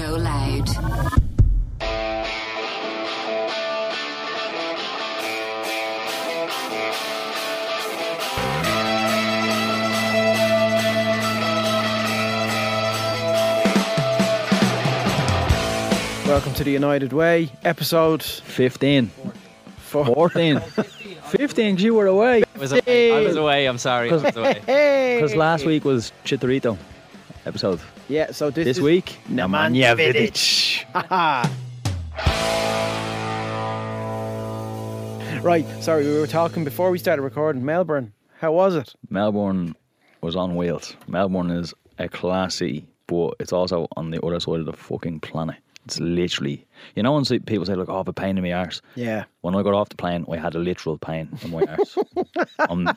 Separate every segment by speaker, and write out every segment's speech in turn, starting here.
Speaker 1: out.
Speaker 2: Welcome to the United Way, episode
Speaker 3: 15.
Speaker 2: four.
Speaker 3: 14. 15, you were away.
Speaker 4: I was away. I was away. I'm sorry. I was away.
Speaker 2: Hey!
Speaker 3: Because last week was Chitarito episode.
Speaker 2: yeah, so this,
Speaker 3: This
Speaker 2: is-
Speaker 3: week,
Speaker 2: Nemanja
Speaker 3: Vidic.
Speaker 2: Right, sorry, we were talking before we started recording. Melbourne, how was it?
Speaker 3: Melbourne was on wheels. Melbourne is a classy, but it's also on the other side of the fucking planet. It's literally, you know, when see- people say, like, oh, I have a pain in my arse.
Speaker 2: Yeah.
Speaker 3: When I got off the plane, I had a literal pain in my arse. I'm,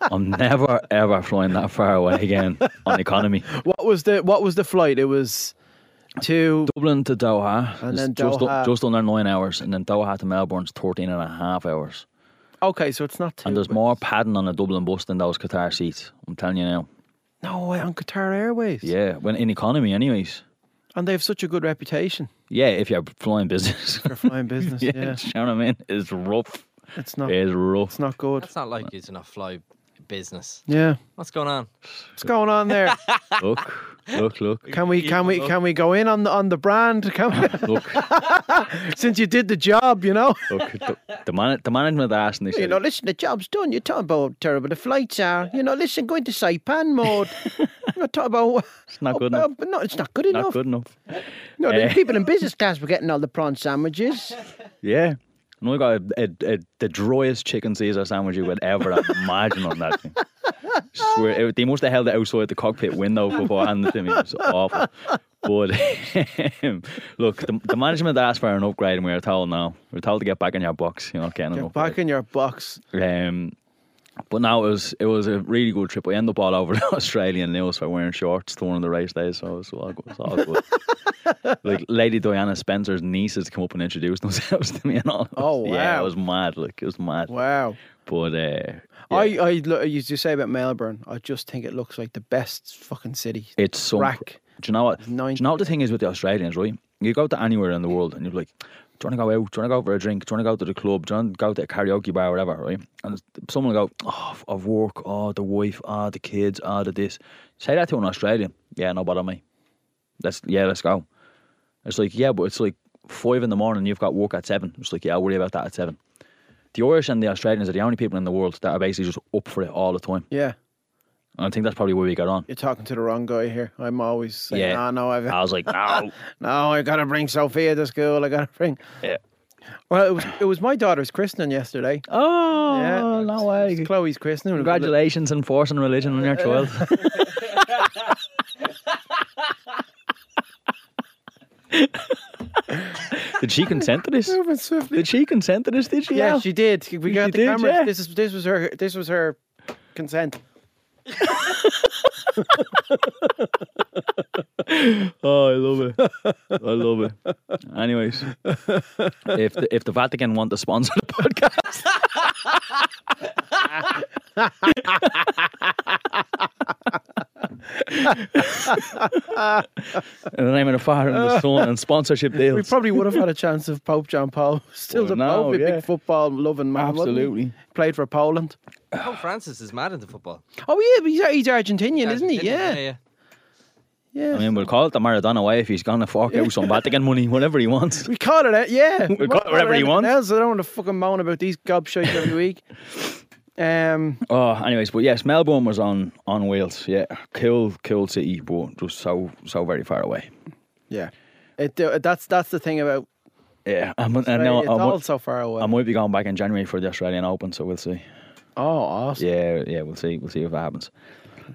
Speaker 3: I'm never, ever flying that far away again on economy.
Speaker 2: What was the What was the flight? It was to
Speaker 3: Dublin to Doha
Speaker 2: And
Speaker 3: is
Speaker 2: then
Speaker 3: just,
Speaker 2: Doha.
Speaker 3: just under nine hours, and then Doha to Melbourne's 13 and a half hours.
Speaker 2: okay, so it's not. Too
Speaker 3: And there's more padding on a Dublin bus than those Qatar seats. I'm telling you now.
Speaker 2: No way on Qatar Airways.
Speaker 3: Yeah, when in economy, anyways.
Speaker 2: and they have such a good reputation
Speaker 3: Yeah, if you're flying business.
Speaker 2: for flying business.
Speaker 3: yeah,
Speaker 2: yeah. Oh.
Speaker 3: do you know what I mean? It's rough.
Speaker 2: it's not.
Speaker 3: It's rough.
Speaker 2: It's not good.
Speaker 4: That's not like using a fly business.
Speaker 2: Yeah,
Speaker 4: What's going on?
Speaker 2: what's going on there?
Speaker 3: Look, look, look,
Speaker 2: Can we can we can we go in on the on the brand? Can we,
Speaker 3: look,
Speaker 2: since you did the job, you know.
Speaker 3: look. The, the, man, the management asked, and they
Speaker 2: You
Speaker 3: said,
Speaker 2: know, listen, the job's done. You're talking about how terrible the flights are. You know, listen, going to Saipan mode. You're talking about.
Speaker 3: it's not good
Speaker 2: Oh,
Speaker 3: enough.
Speaker 2: but no, it's not good
Speaker 3: Not
Speaker 2: enough.
Speaker 3: good enough.
Speaker 2: No, the
Speaker 3: Eh.
Speaker 2: people in business class were getting all the prawn sandwiches.
Speaker 3: Yeah. And we got a, a, a, the driest chicken Caesar sandwich you would ever imagine on that thing. Swear, it- they must have held it outside the cockpit window before handing it to me. It was awful. But um, look, the, the management asked for an upgrade, and we were told no. We were told to get back in your box. You're not getting an
Speaker 2: Get
Speaker 3: upgrade.
Speaker 2: back in your box.
Speaker 3: Um, but now it was it was a really good trip. We ended up all over the Australian news for wearing shorts during the race days, so it was all good. It was all good. like Lady Diana Spencer's nieces come up and introduced themselves to me and all.
Speaker 2: Oh,
Speaker 3: Yeah,
Speaker 2: wow.
Speaker 3: it was mad. Like it was mad.
Speaker 2: Wow.
Speaker 3: But uh,
Speaker 2: I, I, lo- as you say about Melbourne, I just think it looks like the best fucking city.
Speaker 3: it's some.
Speaker 2: Crack.
Speaker 3: Do you know what?
Speaker 2: Nine-
Speaker 3: Do you know what the thing is with the Australians, right? You go to anywhere in the world and you're like, do you want to go out? Do you want to go for a drink? Do you want to go to the club? Do you want to go to a karaoke bar, whatever, right? And someone will go, oh, f- of work, oh, the wife, oh, the kids, oh, the this. Say that to an Australian. Yeah, no bother me. Let's, yeah, let's go. It's like, yeah, but it's like five in the morning, you've got work at seven. It's like, yeah, I'll worry about that at seven. The Irish and the Australians are the only people in the world that are basically just up for it all the time.
Speaker 2: Yeah,
Speaker 3: And I think that's probably where we got on.
Speaker 2: you're talking to the wrong guy here. I'm always saying,
Speaker 3: Yeah.
Speaker 2: "Ah, no, I've,
Speaker 3: I was like, no.
Speaker 2: no, I gotta bring Sophia to school. I gotta bring.
Speaker 3: Yeah.
Speaker 2: Well, it was it was my daughter's christening yesterday.
Speaker 3: Oh,
Speaker 2: Yeah.
Speaker 3: no
Speaker 2: It's
Speaker 3: way.
Speaker 2: Chloe's christening. We've got a little-
Speaker 3: Congratulations on forcing religion on your child. Did she consent to this?
Speaker 2: Moving swiftly.
Speaker 3: Did she consent to this? Did she?
Speaker 2: Yeah,
Speaker 3: Al?
Speaker 2: she did. We got the
Speaker 3: did,
Speaker 2: cameras.
Speaker 3: yeah.
Speaker 2: This is this was her this was her consent.
Speaker 3: Oh, I love it. I love it. Anyways, if the, if the Vatican want to sponsor the podcast, in the name of the Father and the Son and sponsorship deals,
Speaker 2: We probably would have had a chance of Pope John Paul. Still
Speaker 3: Well,
Speaker 2: the
Speaker 3: no,
Speaker 2: Pope, a
Speaker 3: yeah.
Speaker 2: big football loving man. wasn't he?
Speaker 3: absolutely.
Speaker 2: Played for Poland.
Speaker 4: Pope Francis is mad into football.
Speaker 2: Oh yeah, but he's, he's Argentinian, isn't he?
Speaker 4: Argentina,
Speaker 2: Yeah.
Speaker 4: yeah.
Speaker 2: Yeah.
Speaker 3: I mean, we'll call it the Maradona way if he's gonna fork out some Vatican money, whatever he wants.
Speaker 2: we call it that, yeah. We
Speaker 3: call it whatever you want.
Speaker 2: Else, I don't want to fucking moan about these gobshites every week. Um,
Speaker 3: Oh, anyways, but yes, Melbourne was on on wheels. Yeah, cool, cool city, but just so so very far away.
Speaker 2: yeah, it, uh, that's that's the thing about
Speaker 3: Yeah, I'm, I
Speaker 2: Australia.
Speaker 3: know. uh,
Speaker 2: it's
Speaker 3: Um, I'm,
Speaker 2: all so far away.
Speaker 3: I might be going back in January for the Australian Open, so we'll see.
Speaker 2: oh, awesome!
Speaker 3: Yeah, yeah, we'll see. We'll see if that happens.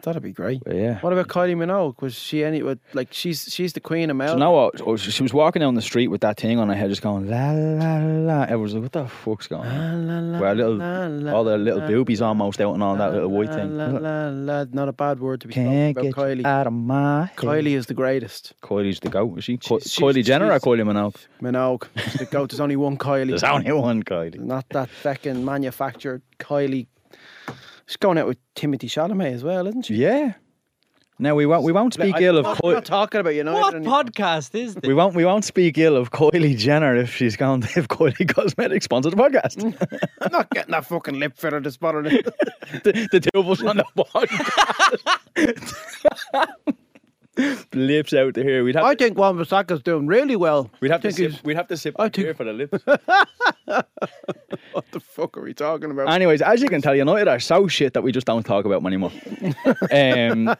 Speaker 2: That'd be great.
Speaker 3: But yeah.
Speaker 2: What about Kylie Minogue? Was she any like she's she's the queen of
Speaker 3: So
Speaker 2: Melbourne?
Speaker 3: now what? Oh, she she was walking down the street with that thing on her head, just going la la la. Everyone's like, "What the fuck's going on?"
Speaker 2: La, la,
Speaker 3: Where little,
Speaker 2: la, la,
Speaker 3: all the little
Speaker 2: la,
Speaker 3: boobies almost out and all that little white
Speaker 2: la,
Speaker 3: thing.
Speaker 2: la, la, la. Not a bad word to be spoken
Speaker 3: Can't
Speaker 2: about
Speaker 3: get you
Speaker 2: Kylie.
Speaker 3: out of my head.
Speaker 2: Kylie is the greatest.
Speaker 3: Kylie's the goat. Is she? Ky-
Speaker 2: She's-
Speaker 3: Kylie
Speaker 2: she's-
Speaker 3: Jenner or
Speaker 2: she's-
Speaker 3: Kylie Minogue?
Speaker 2: Minogue. She's the goat. There's only one Kylie.
Speaker 3: There's only one Kylie.
Speaker 2: Not that fucking manufactured Kylie. She's going out with Timothy Chalamet as well, isn't she?
Speaker 3: Yeah. Now we won't we won't speak
Speaker 2: I-
Speaker 3: ill of
Speaker 2: what
Speaker 3: Koi-
Speaker 2: we're talking about United.
Speaker 4: What
Speaker 2: and-
Speaker 4: podcast is this?
Speaker 3: we won't we won't speak ill of Kylie Jenner if she's gone if Kylie Cosmetics sponsored the podcast.
Speaker 2: I'm not getting that fucking lip filler to spot it.
Speaker 3: the, the two of us on the podcast. lips out here. We'd have
Speaker 2: I
Speaker 3: to,
Speaker 2: think Wan Bissaka's doing really well.
Speaker 3: we'd have to
Speaker 2: think
Speaker 3: sip, we'd have to sip
Speaker 2: I
Speaker 3: I
Speaker 2: think-
Speaker 3: for the lips.
Speaker 2: What the fuck are we talking about?
Speaker 3: Anyways, as you can tell, United are so shit that we just don't talk about them anymore. um,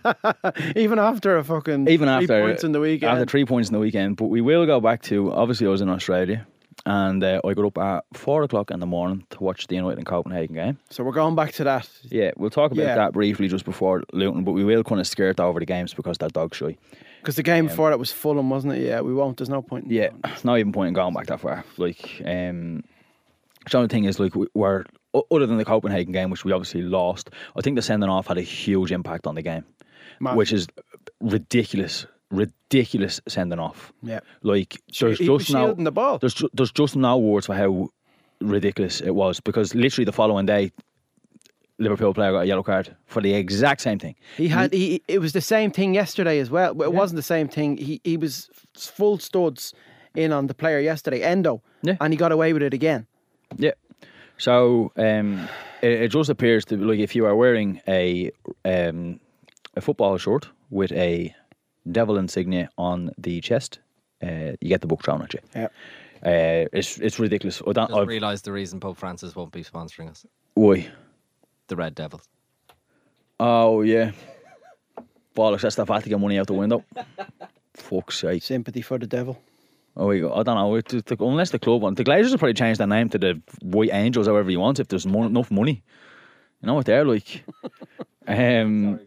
Speaker 2: even after a fucking
Speaker 3: even
Speaker 2: three
Speaker 3: after
Speaker 2: points in the weekend.
Speaker 3: after three points in the weekend. But we will go back to obviously I was in Australia, and uh, I got up at four o'clock in the morning to watch the United and Copenhagen game.
Speaker 2: so we're going back to that.
Speaker 3: Yeah, we'll talk about
Speaker 2: Yeah.
Speaker 3: that briefly just before Luton, but we will kind of skirt over the games because they're dog shy.
Speaker 2: Because the game before that was Fulham, wasn't it? Yeah, we won't. There's no point. in-
Speaker 3: Yeah, it's not even point in going back that far. Like, um, the only thing is, like, we- we're o- other than the Copenhagen game, which we obviously lost. I think the sending off had a huge impact on the game,
Speaker 2: Massive.
Speaker 3: which is ridiculous, ridiculous sending off.
Speaker 2: Yeah.
Speaker 3: Like, there's
Speaker 2: He was
Speaker 3: just no
Speaker 2: shielding the ball.
Speaker 3: there's ju- there's just no words for how ridiculous it was because literally the following day, Liverpool player got a yellow card for the exact same thing.
Speaker 2: He had. He, it was the same thing yesterday as well. Well, It wasn't the same thing. He he was full studs in on the player yesterday, Endo,
Speaker 3: Yeah.
Speaker 2: and he got away with it again.
Speaker 3: Yeah. So um, it, it just appears to be like if you are wearing a um, a football shirt with a devil insignia on the chest, uh, you get the book thrown at you.
Speaker 2: Yeah.
Speaker 3: Uh, it's it's ridiculous. I don't.
Speaker 4: Just
Speaker 3: I,
Speaker 4: realised the reason Pope Francis won't be sponsoring us.
Speaker 3: why?
Speaker 4: The Red Devils.
Speaker 3: Oh yeah. Bollocks! That's the Vatican money out the window. Fuck's sake!
Speaker 2: Sympathy for the devil.
Speaker 3: Oh, we go. I don't know. It, it- the- unless the club want the Glazers will probably change their name to the White Angels, however you want, if there's more, enough money. You know what they're like. um,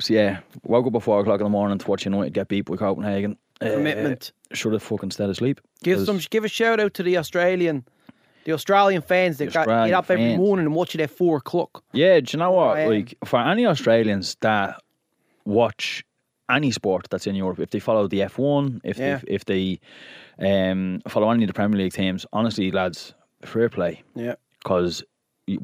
Speaker 3: so yeah, woke up at four o'clock in the morning to watch United get beat by Copenhagen. Uh,
Speaker 2: Commitment.
Speaker 3: Should have fucking stayed asleep.
Speaker 2: Give
Speaker 3: 'Cause-
Speaker 2: some. Give a shout out to the Australian, the Australian fans that got get
Speaker 3: Australian
Speaker 2: up every
Speaker 3: fans.
Speaker 2: morning and watch it at four o'clock.
Speaker 3: Yeah, do you know what?
Speaker 2: I am.
Speaker 3: Like for any Australians that watch any sport that's in Europe, if they follow the F one, if
Speaker 2: Yeah.
Speaker 3: they if they um, follow any of the Premier League teams, honestly, lads, fair play.
Speaker 2: Yeah.
Speaker 3: because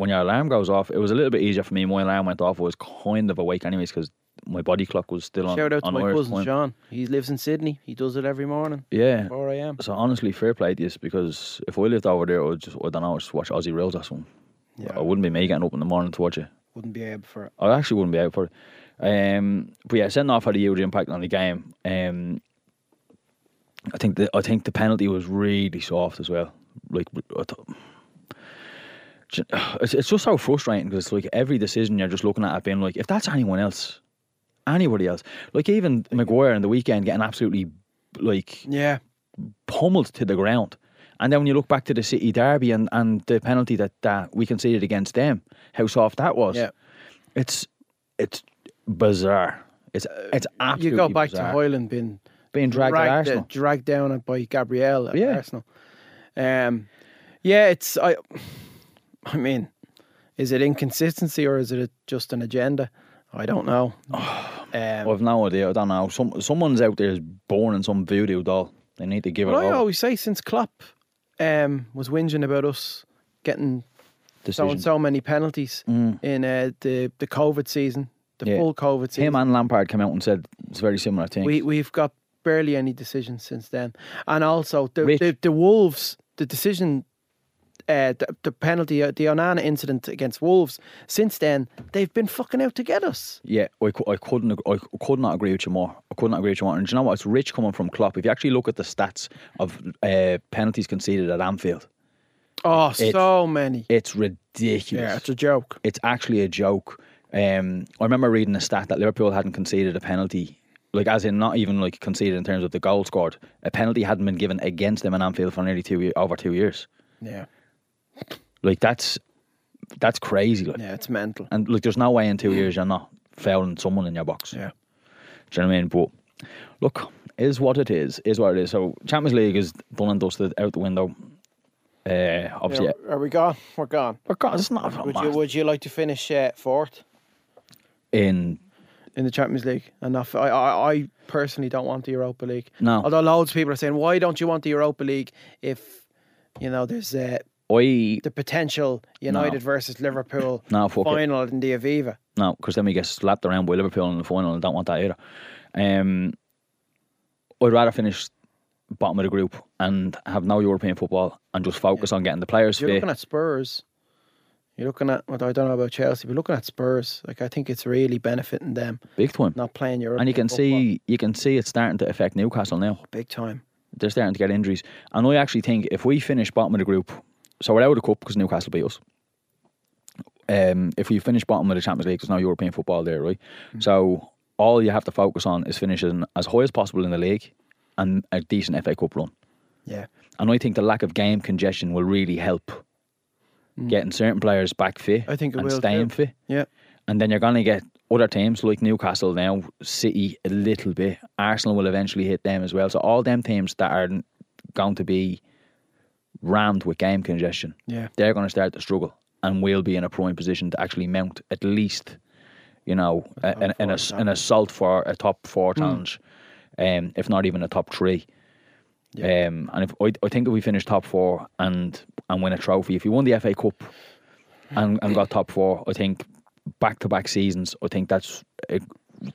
Speaker 3: when your alarm goes off, it was a little bit easier for me. My alarm went off. I was kind of awake anyways because my body clock was still on.
Speaker 2: Shout out to
Speaker 3: on
Speaker 2: my
Speaker 3: Irish
Speaker 2: cousin
Speaker 3: time.
Speaker 2: John. He lives in Sydney. He does it every morning.
Speaker 3: Yeah.
Speaker 2: Four a.m.
Speaker 3: So honestly, fair play to this because if I lived over there, I would just I don't know, just watch Aussie Reels or something.
Speaker 2: Yeah.
Speaker 3: I wouldn't be me getting up in the morning to watch it.
Speaker 2: Wouldn't be able for it.
Speaker 3: I actually wouldn't be out for it. Um, but yeah, sending off had a huge impact on the game. Um, I think the I think the penalty was really soft as well. Like I thought, Ju- it's, it's just so frustrating because like every decision you're just looking at it being like, if that's anyone else, anybody else, like even Maguire in the weekend getting absolutely like
Speaker 2: Yeah.
Speaker 3: pummeled to the ground. And then when you look back to the City derby and, and the penalty that, that we conceded against them, how soft that was.
Speaker 2: Yeah.
Speaker 3: It's it's bizarre. It's it's absolutely
Speaker 2: you go back
Speaker 3: bizarre.
Speaker 2: to Hoyland being
Speaker 3: being dragged at
Speaker 2: dragged, uh,
Speaker 3: Arsenal.
Speaker 2: dragged down by Gabrielle at
Speaker 3: Yeah.
Speaker 2: Arsenal. Um, yeah, it's I. I mean, is it inconsistency or is it a, just an agenda? I don't know. um,
Speaker 3: I've no idea. I don't know. Some someone's out there is born in some voodoo doll. They need to give
Speaker 2: but
Speaker 3: it
Speaker 2: I
Speaker 3: up.
Speaker 2: always say since Klopp um, was whinging about us getting so
Speaker 3: Decision.
Speaker 2: and so many penalties in uh, the the COVID season, the
Speaker 3: Mm. Yeah.
Speaker 2: full COVID season.
Speaker 3: Him and Lampard came out and said it's very similar things.
Speaker 2: We we've got barely any decisions since then, and also the
Speaker 3: Rich.
Speaker 2: the, the Wolves the decision. Uh, the, the penalty, uh, the Onana incident against Wolves. Since then, they've been fucking out to get us.
Speaker 3: Yeah, I, cou- I couldn't ag- I could not agree with you more. I could not agree with you more. And do you know what? It's rich coming from Klopp. If you actually look at the stats of uh, penalties conceded at Anfield,
Speaker 2: Oh,
Speaker 3: It's-
Speaker 2: so many.
Speaker 3: it's ridiculous.
Speaker 2: yeah, it's a joke.
Speaker 3: it's actually a joke. Um, I remember reading a stat that Liverpool hadn't conceded a penalty, like as in not even like conceded in terms of the goal scored. A penalty hadn't been given against them in Anfield for nearly two ye- over two years.
Speaker 2: Yeah,
Speaker 3: Like that's that's crazy. Like,
Speaker 2: yeah, it's mental.
Speaker 3: and like there's no way in two years you're not fouling someone in your box.
Speaker 2: Yeah,
Speaker 3: Do you know what I mean? But look, is what it is. Is what it is. So Champions League is done and dusted out the window. Uh, obviously,
Speaker 2: Are we gone? We're gone.
Speaker 3: But God, it's not,
Speaker 2: Would you
Speaker 3: mad.
Speaker 2: Would you like to finish uh, fourth
Speaker 3: in
Speaker 2: in the Champions League? Enough. I, I I personally don't want the Europa League.
Speaker 3: No.
Speaker 2: Although loads of people are saying, why don't you want the Europa League if you know there's uh,
Speaker 3: I
Speaker 2: the potential United versus Liverpool
Speaker 3: No, fuck it.
Speaker 2: final in the Aviva.
Speaker 3: No, because then we get slapped around by Liverpool in the final, and I don't want that either. Um, I'd rather finish bottom of the group and have no European football and just focus on getting the players
Speaker 2: You're
Speaker 3: fit.
Speaker 2: looking at Spurs. You're looking at. Well, I don't know about Chelsea, but looking at Spurs, like I think it's really benefiting them
Speaker 3: big time.
Speaker 2: not playing Europe.
Speaker 3: And you can see you can see it's starting to affect Newcastle now.
Speaker 2: big time.
Speaker 3: They're starting to get injuries, and I actually think if we finish bottom of the group, so we're out of the cup because Newcastle beat us. Um, if we finish bottom of the Champions League, there's no European football there, right?
Speaker 2: Mm.
Speaker 3: So all you have to focus on is finishing as high as possible in the league and a decent FA Cup run.
Speaker 2: Yeah,
Speaker 3: And I think the lack of game congestion will really help getting certain players back fit
Speaker 2: Mm. I think it
Speaker 3: and
Speaker 2: will
Speaker 3: staying
Speaker 2: too.
Speaker 3: fit.
Speaker 2: yeah.
Speaker 3: And then you're going to get other teams like Newcastle now, City a little bit. Arsenal will eventually hit them as well. So all them teams that are going to be rammed with game congestion,
Speaker 2: Yeah.
Speaker 3: they're going to start to struggle. And we'll be in a prime position to actually mount at least, you know, a, an, an, ass- an assault for a top four challenge, um, if not even a top three. Um, and if I, I think if we finish top four and and win a trophy, if we won the FA Cup and, and got top four, I think back to back seasons, I think that's uh,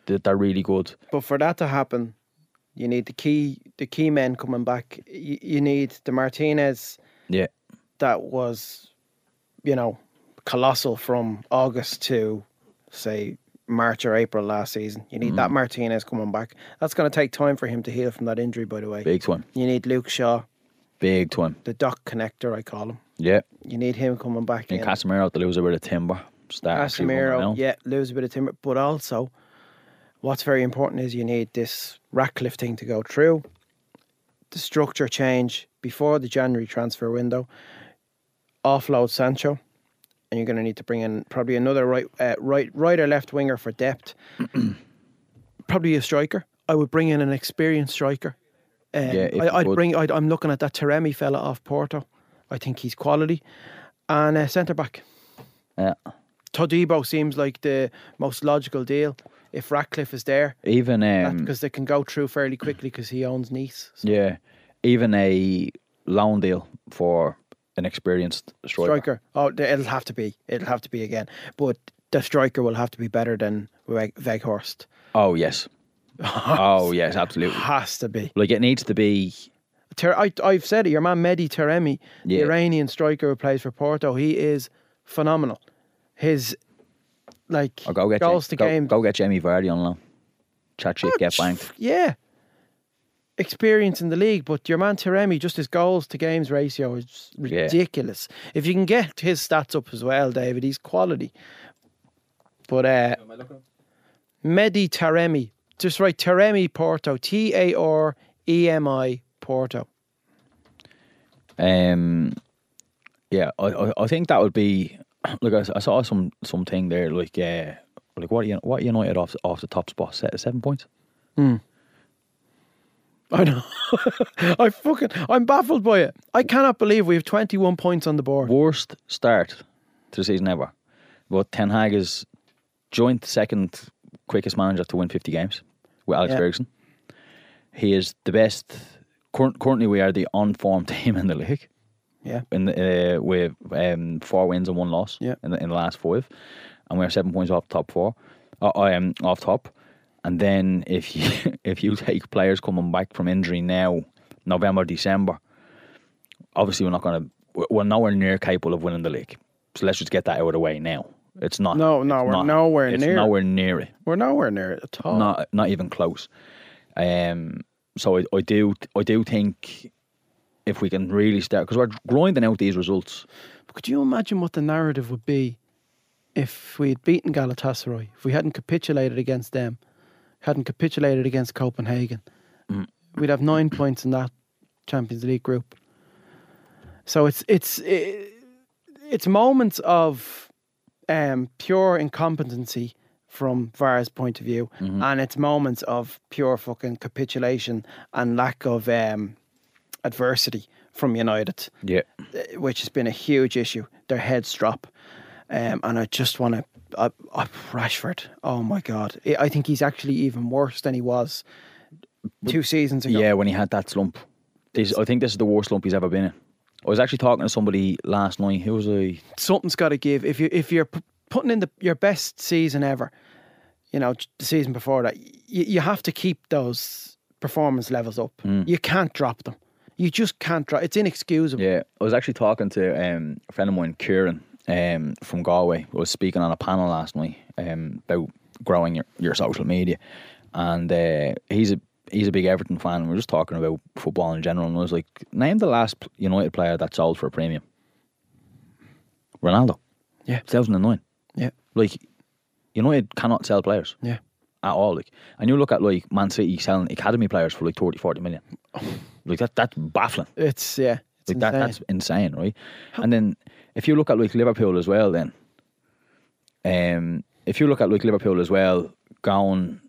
Speaker 3: that they're really good.
Speaker 2: But for that to happen, you need the key the key men coming back. You, you need the Martinez
Speaker 3: Yeah,
Speaker 2: that was, you know, colossal from August to say March or April last season. You need
Speaker 3: Mm.
Speaker 2: that Martinez coming back. That's going to take time for him to heal from that injury. By the way,
Speaker 3: big time,
Speaker 2: you need Luke Shaw,
Speaker 3: big time.
Speaker 2: the dock connector, I call him.
Speaker 3: Yeah,
Speaker 2: You need him coming back
Speaker 3: and
Speaker 2: in.
Speaker 3: Casemiro to lose a bit of timber. Start actually running
Speaker 2: Casemiro,
Speaker 3: now.
Speaker 2: yeah, lose a bit of timber, but also, what's very important is you need this Ratcliffe thing to go through, the structure change before the January transfer window, offload Sancho, and you're going to need to bring in probably another right, uh, right, right or left winger for depth, probably a striker. I would bring in an experienced striker. Um,
Speaker 3: Yeah, if you
Speaker 2: I, I'd
Speaker 3: could.
Speaker 2: bring. I'd, I'm looking at that Taremi fella off Porto. I think he's quality, and uh, centre back.
Speaker 3: yeah.
Speaker 2: Todibo seems like the most logical deal if Ratcliffe is there
Speaker 3: Even um,
Speaker 2: because they can go through fairly quickly because he owns Nice. So
Speaker 3: yeah, even a loan deal for an experienced striker.
Speaker 2: striker, oh, th- it'll have to be, it'll have to be again. But the striker will have to be better than Weg- Veghorst.
Speaker 3: Oh yes, oh yes, absolutely.
Speaker 2: Has to be.
Speaker 3: Like it needs to be.
Speaker 2: Ter- I, I've said it. Your man Mehdi Taremi, the
Speaker 3: Yeah.
Speaker 2: Iranian striker who plays for Porto, he is phenomenal. His like
Speaker 3: Oh, go get
Speaker 2: goals
Speaker 3: Ja-
Speaker 2: to
Speaker 3: go,
Speaker 2: game.
Speaker 3: Go get Jamie Vardy on loan. Chat shit, get banked.
Speaker 2: Yeah. Experience in the league, but your man Taremi, just his goals to games ratio is
Speaker 3: Yeah.
Speaker 2: ridiculous. If you can get his stats up as well, David, he's quality. But uh Medi Taremi, just write Taremi Porto, T A R E M I Porto.
Speaker 3: Um, yeah, I, I, I think that would be. Look, I, s- I saw some something there like uh, like what Un- what United off off the top spot set at seven points.
Speaker 2: I know. I fucking I'm baffled by it. I cannot believe we have 21 points on the board.
Speaker 3: Worst start to the season ever. But Ten Hag is joint second quickest manager to win fifty games with Alex
Speaker 2: Yeah.
Speaker 3: Ferguson. He is the best. Current, currently, we are the on-form team in the league.
Speaker 2: Yeah.
Speaker 3: in the, uh, with um, four wins and one loss
Speaker 2: Yeah.
Speaker 3: in, the, in the last five, and we're seven points off top four. Uh, I am off top, and then if you if you take players coming back from injury now, November December, obviously we're not going to we're, we're nowhere near capable of winning the league. So let's just get that out of the way now. It's not.
Speaker 2: No, no,
Speaker 3: it's
Speaker 2: we're
Speaker 3: not-
Speaker 2: nowhere
Speaker 3: it's
Speaker 2: near. Oh.
Speaker 3: nowhere near it
Speaker 2: We're nowhere near it at all.
Speaker 3: not not even close. Um, so I, I do I do think if we can really start because we're grinding out these results.
Speaker 2: Could you imagine what the narrative would be if we had beaten Galatasaray, if we hadn't capitulated against them, hadn't capitulated against Copenhagen? We'd have nine points in that Champions League group. So it's it's i it's moments of um, pure incompetency from VAR's point of view, and it's moments of pure fucking capitulation and lack of um, adversity from United
Speaker 3: Yeah,
Speaker 2: uh, which has been a huge issue. Their heads drop, um, and I just want to. Uh, uh, Rashford, oh my god, I I think he's actually even worse than he was two seasons ago.
Speaker 3: yeah. When he had that slump, this I think this is the worst slump he's ever been in. I was actually talking to somebody last night. Who was I?
Speaker 2: something's got to give. If you if you're p- putting in the your best season ever, you know the season before that, you, you have to keep those performance levels up.
Speaker 3: Hmm.
Speaker 2: You can't drop them. You just can't drop. It's inexcusable.
Speaker 3: Yeah, I was actually talking to um, a friend of mine, Kieran, um, from Galway. I was speaking on a panel last night um, about growing your, your social media, and uh, he's a he's a big Everton fan. We were just talking about football in general, and I was like, name the last pl- United player that sold for a premium. Ronaldo.
Speaker 2: Yeah.
Speaker 3: two thousand and nine.
Speaker 2: Yeah,
Speaker 3: Like, United cannot sell players
Speaker 2: yeah.
Speaker 3: at all. Like, and you look at like Man City selling academy players for like 30, 40 million. Like that, that's baffling.
Speaker 2: It's yeah. It's
Speaker 3: Like that,
Speaker 2: insane.
Speaker 3: that's insane, right? And then if you look at like Liverpool as well, then um, if you look at like Liverpool as well, going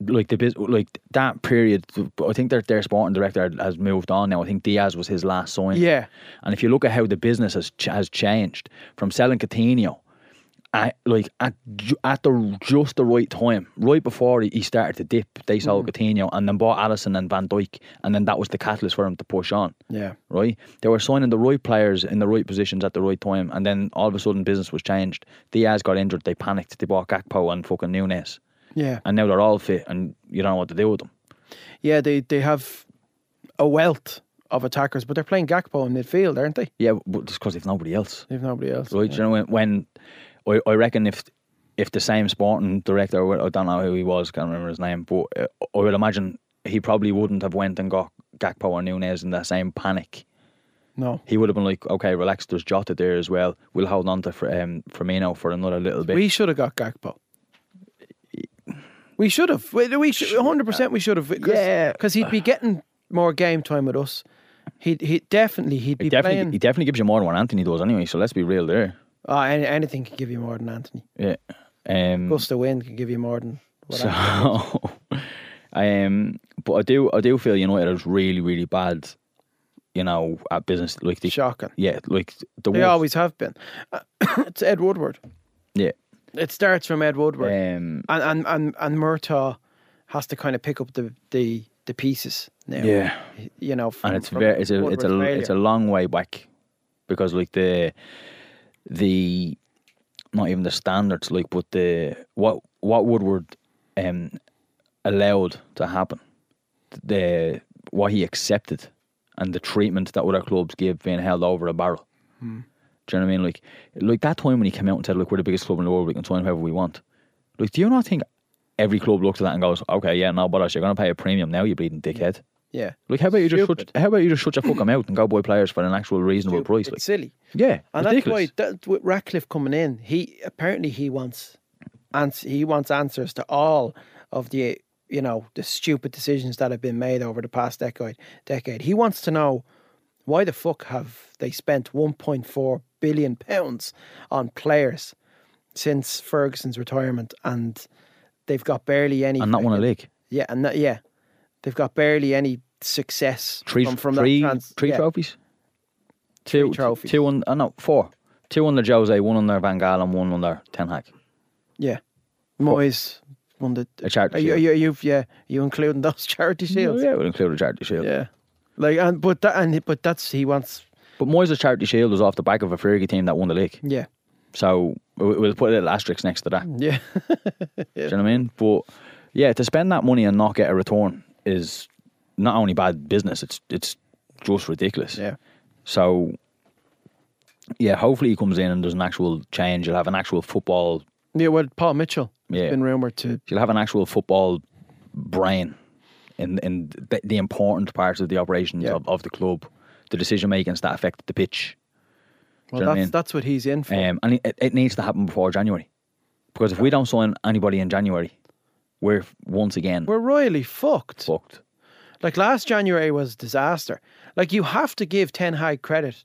Speaker 3: like the bus- like that period, I think their their sporting director has moved on now. I think Diaz was his last sign.
Speaker 2: Yeah.
Speaker 3: and if you look at how the business has ch- has changed from selling Coutinho. At, like at ju- at the just the right time, right before he he started to dip, they sold Coutinho and then bought Allison and Van Dijk, and then that was the catalyst for him to push on
Speaker 2: yeah.
Speaker 3: right? They were signing the right players in the right positions at the right time, and then all of a sudden business was changed. Diaz got injured, they panicked, they bought Gakpo and fucking Nunes,
Speaker 2: Yeah.
Speaker 3: and now they're all fit, and you don't know what to do with them.
Speaker 2: Yeah. They they have a wealth of attackers, but they're playing Gakpo in midfield, aren't they?
Speaker 3: Yeah, but just because they've nobody else,
Speaker 2: They've nobody else.
Speaker 3: right? Do You know when, when I, I reckon if if the same sporting director, or- I don't know who he was, can't remember his name, but uh, I would imagine he probably wouldn't have went and got Gakpo or Nunes in that same panic.
Speaker 2: No.
Speaker 3: He would have been like, okay, relax. There's Jota there as well. We'll hold on to Fr- um, Firmino for another little bit.
Speaker 2: We should have got Gakpo. We should have. We, we should, 100% we should have. Cause,
Speaker 3: Yeah.
Speaker 2: Because he'd be getting more game time with us. He'd, he definitely, he'd be
Speaker 3: He definitely,
Speaker 2: playing.
Speaker 3: he definitely gives you more than what Anthony does anyway. So let's be real there.
Speaker 2: oh, any, anything can give you more than Anthony.
Speaker 3: Yeah. Um,
Speaker 2: Plus, the wind can give you more than what Anthony-
Speaker 3: so, um, but I do, I do feel United is really, really bad. You know, at business like the
Speaker 2: Shocking.
Speaker 3: yeah, like the
Speaker 2: They
Speaker 3: worst-
Speaker 2: always have been. it's Ed Woodward.
Speaker 3: yeah.
Speaker 2: It starts from Ed Woodward.
Speaker 3: Um,
Speaker 2: and, and, and, and Murtaugh has to kind of pick up the, the, the pieces now.
Speaker 3: yeah,
Speaker 2: You know, from,
Speaker 3: and it's
Speaker 2: from
Speaker 3: very, it's a, it's
Speaker 2: Woodward's
Speaker 3: a,
Speaker 2: failure.
Speaker 3: it's a long way back because like the, the, not even the standards like, but the what what Woodward, um, allowed to happen. the what he accepted and the treatment that other clubs gave being held over a barrel. Do you know what I mean? Like, like that time when he came out and said, "Look, we're the biggest club in the world. We can sign whoever we want." Like, do you not think every club looks at that and goes, "Okay, yeah, no, but you're going to pay a premium now, you bleeding dickhead."
Speaker 2: Yeah.
Speaker 3: Like, how about you just shut,
Speaker 2: Stupid.
Speaker 3: how about you just shut your fucking mouth and go buy players for an actual reasonable price?
Speaker 2: It's
Speaker 3: Like,
Speaker 2: silly.
Speaker 3: yeah,
Speaker 2: And
Speaker 3: ridiculous.
Speaker 2: that's why that, with Ratcliffe coming in, he apparently he wants ans- he wants answers to all of the you know the stupid decisions that have been made over the past decade. Decade. He wants to know why the fuck have they spent 1.4 billion pounds on players since Ferguson's retirement, and they've got barely any.
Speaker 3: and not won a
Speaker 2: fucking-
Speaker 3: league.
Speaker 2: Yeah, and not, yeah, they've got barely any success
Speaker 3: Three,
Speaker 2: from, from
Speaker 3: three,
Speaker 2: that trans-
Speaker 3: three
Speaker 2: yeah.
Speaker 3: trophies. Two
Speaker 2: trophies.
Speaker 3: Two un, uh, no, four. Two under Jose, one under Van Gaal, and one under Ten Hag.
Speaker 2: Yeah. Moyes won the
Speaker 3: A charity
Speaker 2: Are you, are
Speaker 3: shield.
Speaker 2: you, are you, yeah, are you including those charity shields?
Speaker 3: Yeah, it would include a charity shield.
Speaker 2: yeah. Like and but that and but that's he wants
Speaker 3: But Moyes' charity shield was off the back of a Fergie team that won the league.
Speaker 2: yeah.
Speaker 3: So we- we'll put a little asterisk next to that.
Speaker 2: Yeah.
Speaker 3: Do you know what I mean? But yeah, to spend that money and not get a return is not only bad business, it's it's just ridiculous.
Speaker 2: Yeah.
Speaker 3: So yeah, hopefully he comes in and there's an actual change. You'll have an actual football
Speaker 2: Yeah, well Paul Mitchell has
Speaker 3: Yeah.
Speaker 2: been rumoured to
Speaker 3: you'll have an actual football brain in in the, the important parts of the operations
Speaker 2: Yeah.
Speaker 3: of, of the club, the decision makings that affect the pitch.
Speaker 2: well
Speaker 3: you know what I
Speaker 2: that's
Speaker 3: mean?
Speaker 2: that's what he's in for.
Speaker 3: Um, and it, it needs to happen before January. Because if we don't sign anybody in January, we're f- once again
Speaker 2: We're royally fucked.
Speaker 3: fucked.
Speaker 2: Like last January was a disaster. Like you have to give Ten Hag credit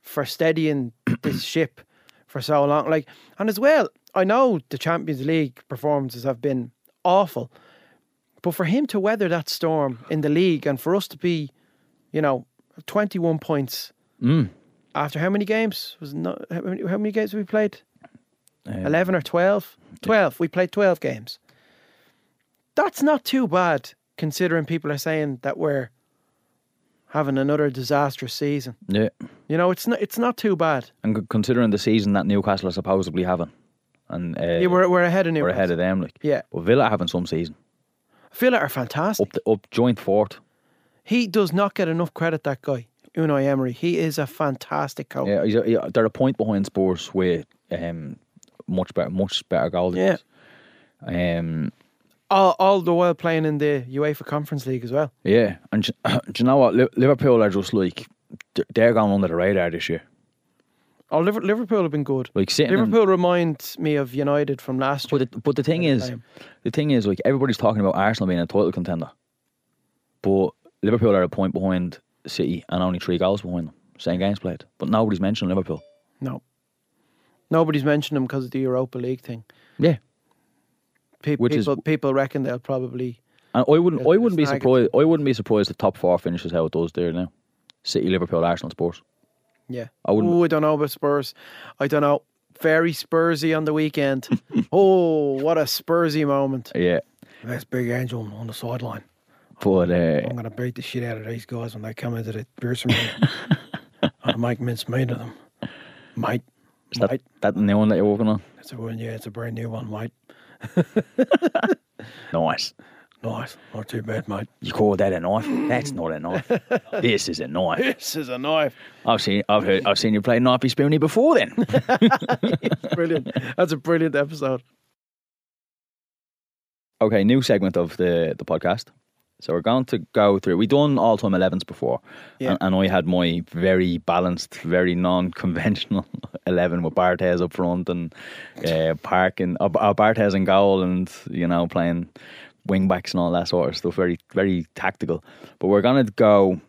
Speaker 2: for steadying this ship for so long. Like and as well, I know the Champions League performances have been awful, but for him to weather that storm in the league and for us to be, you know, twenty one points after how many games was not how many, how many games have we played? Eleven or twelve? Twelve. We played twelve games that's not too bad considering people are saying that we're having another disastrous season.
Speaker 3: Yeah.
Speaker 2: You know, it's not it's not too bad.
Speaker 3: And c- considering the season that Newcastle are supposedly having, and uh,
Speaker 2: Yeah, we're, we're ahead of
Speaker 3: we're
Speaker 2: Newcastle.
Speaker 3: ahead of them, like
Speaker 2: Yeah.
Speaker 3: But Villa are having some season
Speaker 2: Villa are fantastic.
Speaker 3: up the, up joint fourth.
Speaker 2: He does not get enough credit. That guy, Unai Emery, he is a fantastic coach.
Speaker 3: Yeah, he's a, he- they're a point behind Spurs with um, much better, much better goal.
Speaker 2: Yeah.
Speaker 3: Um,
Speaker 2: All, all the while playing in the UEFA Conference League as well.
Speaker 3: yeah, and do, do you know what? Li- Liverpool are just like they're- they're going under the radar this year.
Speaker 2: Oh, Liver- Liverpool have been good.
Speaker 3: Like sitting in-
Speaker 2: Liverpool reminds me of United from last year.
Speaker 3: But the, but the thing
Speaker 2: at the
Speaker 3: is,
Speaker 2: time.
Speaker 3: the thing is, like everybody's talking about Arsenal being a title contender, but Liverpool are a point behind City and only three goals behind them. Same games played, but nobody's mentioned Liverpool.
Speaker 2: No, nobody's mentioned him because of the Europa League thing.
Speaker 3: Yeah,
Speaker 2: Pe-
Speaker 3: Which is-
Speaker 2: people people reckon they'll probably
Speaker 3: and I wouldn't, I
Speaker 2: It's-
Speaker 3: wouldn't be
Speaker 2: it's nagging.
Speaker 3: surprised. I wouldn't be surprised if top four finishes how it does there now. City, Liverpool, Arsenal, Spurs.
Speaker 2: yeah.
Speaker 3: I wouldn't-
Speaker 2: Ooh, I don't know about Spurs. I don't know. Very Spursy on the weekend. oh, what a Spursy moment!
Speaker 3: Yeah,
Speaker 2: That's big angel on the sideline.
Speaker 3: but uh,
Speaker 2: I'm going to beat the shit out of these guys when they come into the dressing room. I'll make mince meat of them. Mate,
Speaker 3: is that
Speaker 2: mate.
Speaker 3: that the new one that you're working on?
Speaker 2: It's a one, yeah, it's a brand new one, mate.
Speaker 3: Nice.
Speaker 2: Nice. Not too bad, mate.
Speaker 3: You call that a knife? That's not a knife. this is a knife.
Speaker 2: This is a knife.
Speaker 3: I've seen, I've heard, I've seen you play knifey spoony before. Then.
Speaker 2: Brilliant. That's a brilliant episode.
Speaker 3: Okay, new segment of the the podcast. So we're going to go through. We've done all time 11s before,
Speaker 2: Yeah.
Speaker 3: and, and I had my very balanced, very non-conventional 11 with Barthez up front and uh, Park and uh, uh, Barthez in goal, and you know playing wing backs and all that sort of stuff. Very, very tactical. But we're gonna go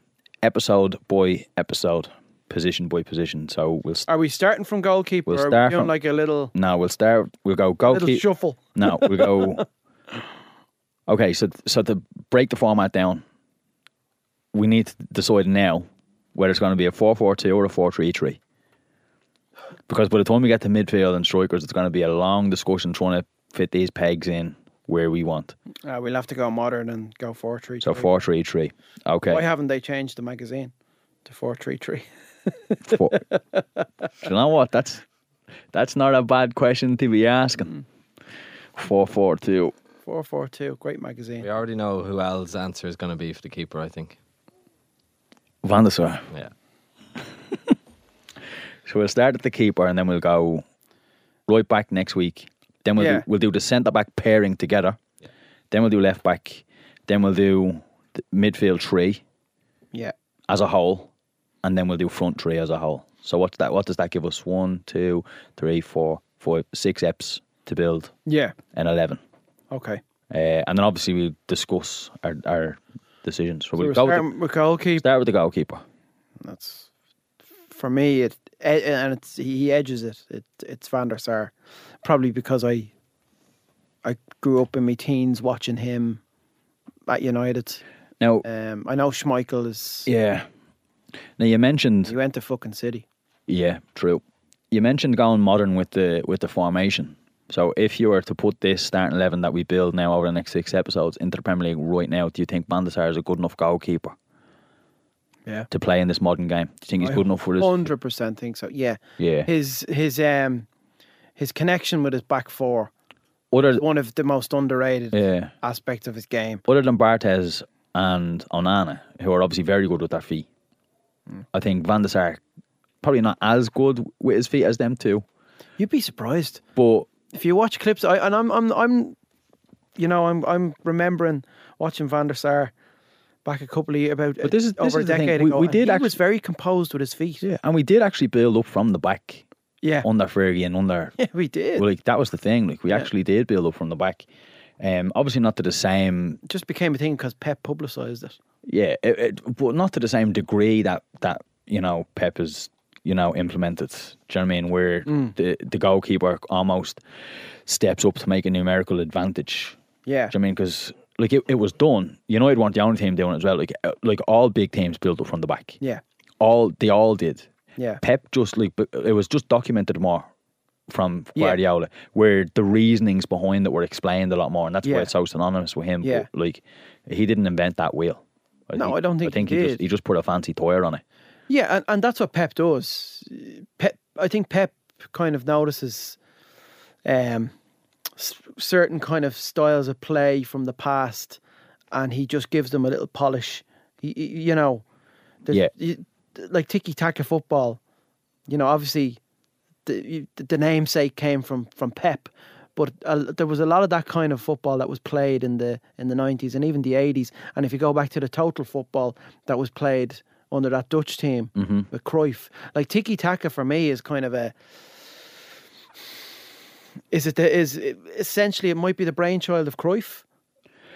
Speaker 3: episode by episode, position by position. So we'll st-
Speaker 2: Are we starting from goalkeeper?
Speaker 3: We'll
Speaker 2: or are
Speaker 3: start
Speaker 2: we doing
Speaker 3: from-
Speaker 2: like a little
Speaker 3: now we'll start. We'll go goalkeeper.
Speaker 2: little shuffle?
Speaker 3: No, we go. okay, so so to break the format down, we need to decide now whether it's going to be a four-four-two or a four-three-three. Because by the time we get to midfield and strikers, it's going to be a long discussion trying to fit these pegs in where we want.
Speaker 2: Uh, we'll have to go modern and go four three.
Speaker 3: So
Speaker 2: three.
Speaker 3: four-three-three.
Speaker 2: Why
Speaker 3: Okay.
Speaker 2: haven't they changed the magazine to four three three?
Speaker 3: four. Do you know what? That's that's not a bad question to be asking. Four-four-two.
Speaker 2: Four four two. Great magazine.
Speaker 4: We already know who Al's answer is going to be for the keeper, I think.
Speaker 3: Van der Sar.
Speaker 4: Yeah.
Speaker 3: So we'll start at the keeper and then we'll go right back next week. Then we'll
Speaker 2: Yeah.
Speaker 3: do, we'll do the centre back pairing together. Then we'll do left back. Then we'll do the midfield three
Speaker 2: Yeah.
Speaker 3: as a whole, and then we'll do front three as a whole. So what's that? What does that give us? One, two, three, four, five, six eps to build
Speaker 2: Yeah.
Speaker 3: an eleven,
Speaker 2: Okay.
Speaker 3: uh, and then obviously we'll discuss our, our decisions. So,
Speaker 2: So
Speaker 3: we'll
Speaker 2: we're
Speaker 3: go with the-
Speaker 2: starting with goalkeeper.
Speaker 3: start with the goalkeeper.
Speaker 2: That's for me. It eh, and it's he edges it. It it's Van der Sar, probably because I I grew up in my teens watching him at United.
Speaker 3: Now,
Speaker 2: Um, I know Schmeichel is.
Speaker 3: yeah. Now you mentioned
Speaker 2: He went to fucking City.
Speaker 3: Yeah, true. You mentioned going modern with the with the formation. So if you were to put this starting eleven that we build now over the next six episodes into the Premier League right now, do you think Bandasar is a good enough goalkeeper
Speaker 2: Yeah.
Speaker 3: to play in this modern game? Do you think he's good enough for this?
Speaker 2: Hundred percent think so. Yeah.
Speaker 3: Yeah.
Speaker 2: His his um his connection with his back four
Speaker 3: Other
Speaker 2: is one of the most underrated
Speaker 3: yeah.
Speaker 2: aspects of his game.
Speaker 3: Other than Barthez and Onana, who are obviously very good with their feet, I think Van der Sar probably not as good with his feet as them two.
Speaker 2: You'd be surprised.
Speaker 3: But
Speaker 2: if you watch clips, I and I'm I'm I'm, you know, I'm I'm remembering watching Van der Sar back a couple of years, about
Speaker 3: But this is- this
Speaker 2: over
Speaker 3: is
Speaker 2: a
Speaker 3: the thing,
Speaker 2: decade
Speaker 3: we-
Speaker 2: ago.
Speaker 3: we
Speaker 2: and
Speaker 3: did
Speaker 2: he
Speaker 3: actu-
Speaker 2: was very composed with his feet.
Speaker 3: yeah, and we did actually build up from the back
Speaker 2: yeah,
Speaker 3: under Fergie and under
Speaker 2: Yeah, we did.
Speaker 3: Well, like that was the thing. Like we actually did build up from the back. Um, obviously not to the same,
Speaker 2: it just became a thing because Pep publicised it.
Speaker 3: yeah, it, it, but not to the same degree that that you know Pep is you know implemented. Do you know what I mean? Where the the goalkeeper almost steps up to make a numerical advantage.
Speaker 2: Yeah,
Speaker 3: Do you know what I mean? Because like it, it was done. United weren't the only team doing it as well. Like uh, like all big teams built up from the back.
Speaker 2: yeah,
Speaker 3: All they all did.
Speaker 2: yeah,
Speaker 3: Pep just like but it was just documented more from
Speaker 2: Yeah.
Speaker 3: Guardiola, where the reasonings behind it were explained a lot more, and that's
Speaker 2: Yeah.
Speaker 3: why it's so synonymous with him.
Speaker 2: Yeah.
Speaker 3: But, like he didn't invent that wheel. I
Speaker 2: No, I don't think
Speaker 3: I think
Speaker 2: he
Speaker 3: he, just
Speaker 2: did.
Speaker 3: he just put a fancy toyer on it.
Speaker 2: Yeah, and, and that's what Pep does. Pep, I think Pep kind of notices um, s- certain kind of styles of play from the past, and he just gives them a little polish. Y- y- you know, there's-
Speaker 3: Yeah.
Speaker 2: you- like tiki taka football. You know, obviously, the you- the the namesake came from from Pep, but uh, there was a lot of that kind of football that was played in the in the nineties and even the eighties. And if you go back to the total football that was played under that Dutch team
Speaker 3: Mm-hmm.
Speaker 2: with Cruyff, like tiki taka for me is kind of a is it the, is essentially it might be the brainchild of Cruyff.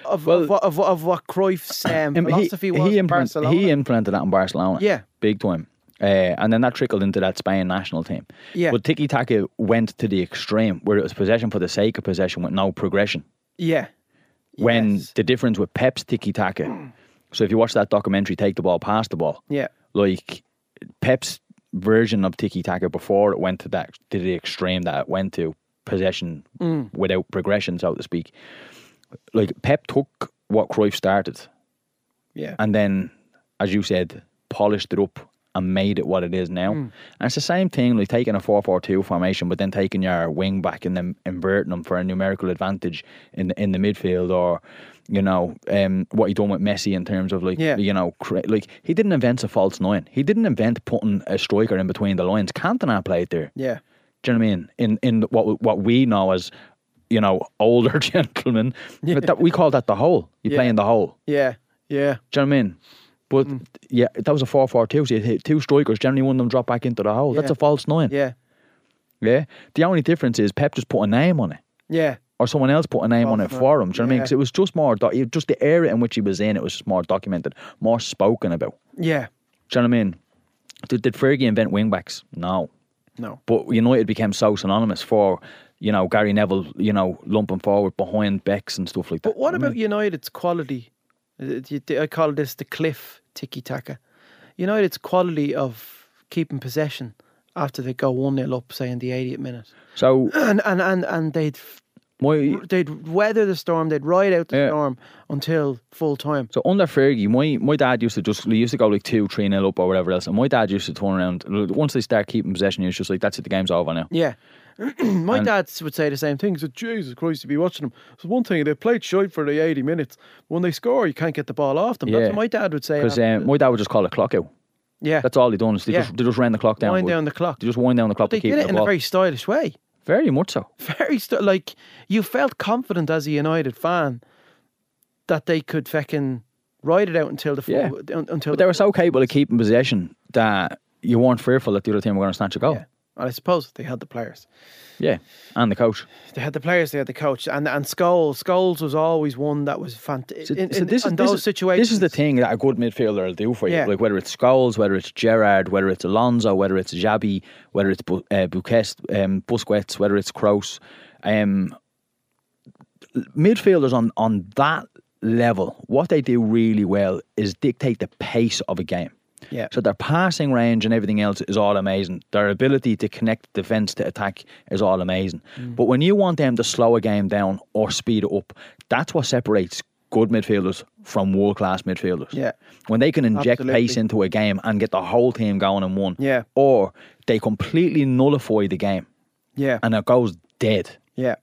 Speaker 2: Of,
Speaker 3: Well-
Speaker 2: of, what, of, what- of what Cruyff's um,
Speaker 3: Um,
Speaker 2: philosophy was
Speaker 3: he,
Speaker 2: in
Speaker 3: implant-
Speaker 2: Barcelona.
Speaker 3: he implanted that in Barcelona.
Speaker 2: Yeah.
Speaker 3: Big time. Uh, and then that trickled into that Spain national team.
Speaker 2: Yeah.
Speaker 3: But tiki taka went to the extreme where it was possession for the sake of possession with no progression.
Speaker 2: yeah.
Speaker 3: When
Speaker 2: Yes.
Speaker 3: the difference with Pep's tiki taka. So if you watch that documentary, Take the Ball, Pass the Ball,
Speaker 2: Yeah.
Speaker 3: like Pep's version of tiki taka before it went to that to the extreme that it went to possession without progression, so to speak. Like Pep took what Cruyff started
Speaker 2: Yeah.
Speaker 3: and then, as you said, polished it up and made it what it is
Speaker 2: Hmm.
Speaker 3: now. And it's the same thing, like taking a 4 4 2 formation, but then taking your wing back and then inverting them for a numerical advantage in the, in the midfield or. You know um, what he done with Messi in terms of like
Speaker 2: Yeah.
Speaker 3: you know cre- like he didn't invent a false nine. He didn't invent putting a striker in between the lines. Cantona played there.
Speaker 2: yeah.
Speaker 3: Do you know what I mean? In in what what we know as you know older gentlemen, but that, we call that the hole. You
Speaker 2: Yeah.
Speaker 3: play in the hole.
Speaker 2: Yeah. Yeah.
Speaker 3: Do you know what I mean? But
Speaker 2: Mm.
Speaker 3: yeah, that was a 4 4 2. So you hit two strikers, generally one of them drop back into the hole. That's
Speaker 2: Yeah.
Speaker 3: a false nine.
Speaker 2: Yeah.
Speaker 3: Yeah? The only difference is Pep just put a name on it,
Speaker 2: Yeah.
Speaker 3: or someone else put a name on it
Speaker 2: False nine.
Speaker 3: for him. Do you know what I mean?
Speaker 2: Yeah.
Speaker 3: Because it was just more, doc- it- just the area in which he was in, it was just more documented, more spoken about.
Speaker 2: Yeah.
Speaker 3: Do you know what I mean? Did, did Fergie invent wing backs? No.
Speaker 2: No.
Speaker 3: But United became so synonymous for, you know, Gary Neville, you know, lumping forward behind Becks and stuff like that.
Speaker 2: But what about United's quality? Uh, you- I call this the cliff tiki taka. United's quality of keeping possession after they go 1 0 up, say in the 80th minute.
Speaker 3: So,
Speaker 2: And and, and, and they'd,
Speaker 3: my,
Speaker 2: they'd weather the storm, they'd ride out the
Speaker 3: Yeah.
Speaker 2: storm until full time.
Speaker 3: So under Fergie, my, my dad used to just he used to go like two, three nil up or whatever else, and my dad used to turn around once they start keeping possession. He was just like, "That's it, the game's over now."
Speaker 2: Yeah. My
Speaker 3: And-
Speaker 2: dad would say the same thing. He said, Jesus Christ, you'd be watching them. So one thing, they played shite for the 80 minutes. When they score, you can't get the ball off them. That's
Speaker 3: Yeah.
Speaker 2: what my dad would say.
Speaker 3: Because
Speaker 2: after-
Speaker 3: um, my dad would just call a clock out.
Speaker 2: yeah.
Speaker 3: That's all he done. Is they
Speaker 2: Yeah.
Speaker 3: just they just ran the clock down.
Speaker 2: wind
Speaker 3: but-
Speaker 2: down the clock.
Speaker 3: They just wind down the clock.
Speaker 2: They
Speaker 3: to keep
Speaker 2: did it
Speaker 3: the
Speaker 2: in a
Speaker 3: ball.
Speaker 2: very stylish way.
Speaker 3: very much so.
Speaker 2: Very st- like you felt confident as a United fan that they could feckin' ride it out until the full,
Speaker 3: Yeah.
Speaker 2: un- until
Speaker 3: But they
Speaker 2: the,
Speaker 3: were so capable of keeping possession that you weren't fearful that the other team were going to snatch a goal.
Speaker 2: yeah. And I suppose they had the players.
Speaker 3: Yeah. and the coach.
Speaker 2: They had the players. They had the coach. And and Scholes. Scholes was always one that was fantastic.
Speaker 3: So-
Speaker 2: in,
Speaker 3: so
Speaker 2: in-
Speaker 3: this
Speaker 2: in
Speaker 3: is
Speaker 2: those
Speaker 3: this is,
Speaker 2: situations.
Speaker 3: This is the thing that a good midfielder will do for you.
Speaker 2: Yeah.
Speaker 3: Like whether it's Scholes, whether it's Gerard, whether it's Alonso, whether it's Xabi, whether it's Bu- uh, Busquets, um, Busquets, whether it's Kroos. Um, midfielders on on that level, what they do really well is dictate the pace of a game.
Speaker 2: Yeah.
Speaker 3: So their passing range and everything else is all amazing. Their ability to connect defense to attack is all amazing. But when you want them to slow a game down or speed it up, that's what separates good midfielders from world class midfielders.
Speaker 2: Yeah.
Speaker 3: When they can inject
Speaker 2: Absolutely.
Speaker 3: pace into a game and get the whole team going in one.
Speaker 2: Yeah.
Speaker 3: Or they completely nullify the game
Speaker 2: Yeah.
Speaker 3: and it goes dead.
Speaker 2: yeah.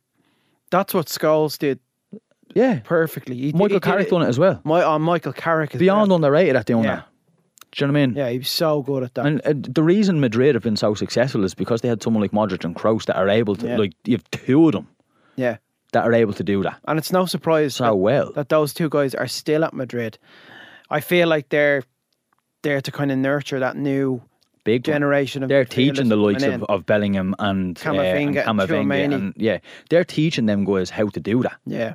Speaker 2: That's what Scholes did
Speaker 3: Yeah.
Speaker 2: perfectly. He, he
Speaker 3: Michael
Speaker 2: did
Speaker 3: Carrick done it as well.
Speaker 2: My, oh, Michael Carrick is
Speaker 3: Beyond underrated at doing
Speaker 2: Yeah.
Speaker 3: that. Do you know what I mean?
Speaker 2: Yeah, he was so good at that.
Speaker 3: And uh, the reason Madrid have been so successful is because they had someone like Modric and Kroos that are able to
Speaker 2: Yeah.
Speaker 3: like you have two of them
Speaker 2: yeah.
Speaker 3: that are able to do that
Speaker 2: And it's no surprise
Speaker 3: so
Speaker 2: that,
Speaker 3: well.
Speaker 2: that those two guys are still at Madrid. I feel like they're there to kind of nurture that new
Speaker 3: Big one.
Speaker 2: generation of
Speaker 3: They're
Speaker 2: midfielders
Speaker 3: teaching the likes
Speaker 2: coming
Speaker 3: of, uh,
Speaker 2: in.
Speaker 3: of Bellingham and uh, and
Speaker 2: Camavinga and
Speaker 3: Camavinga
Speaker 2: Tchouameni.
Speaker 3: and yeah, they're teaching them guys how to do that.
Speaker 2: yeah,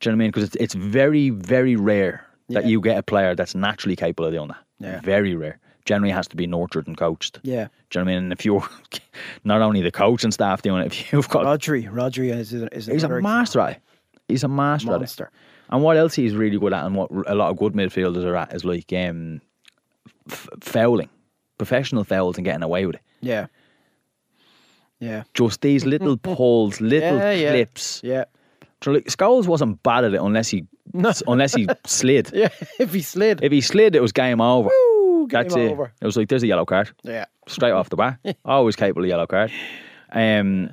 Speaker 3: Do you know what I mean? Because it's it's very very rare that
Speaker 2: Yeah.
Speaker 3: you get a player that's naturally capable of doing that.
Speaker 2: Yeah.
Speaker 3: Very rare. Generally has to be nurtured and coached.
Speaker 2: yeah.
Speaker 3: Do you know what I mean? And if you're not only the coach and staff doing it, if you've got
Speaker 2: Rodri, Rodri is is, is
Speaker 3: he's a
Speaker 2: another
Speaker 3: master at it. He's a master at it.
Speaker 2: monster.
Speaker 3: And what else he's really good at, and what a lot of good midfielders are at, is like um, f- fouling, professional fouls, and getting away with it.
Speaker 2: Yeah, yeah,
Speaker 3: Just these little pulls, little
Speaker 2: Yeah, yeah.
Speaker 3: clips.
Speaker 2: yeah,
Speaker 3: So, like, Scholes wasn't bad at it unless he
Speaker 2: No.
Speaker 3: unless he slid.
Speaker 2: Yeah, if he slid.
Speaker 3: If he slid, it was game over.
Speaker 2: Woo, game
Speaker 3: That's
Speaker 2: over.
Speaker 3: it. It was like there's a yellow card
Speaker 2: Yeah.
Speaker 3: straight off the bat. Always capable of yellow card. Um,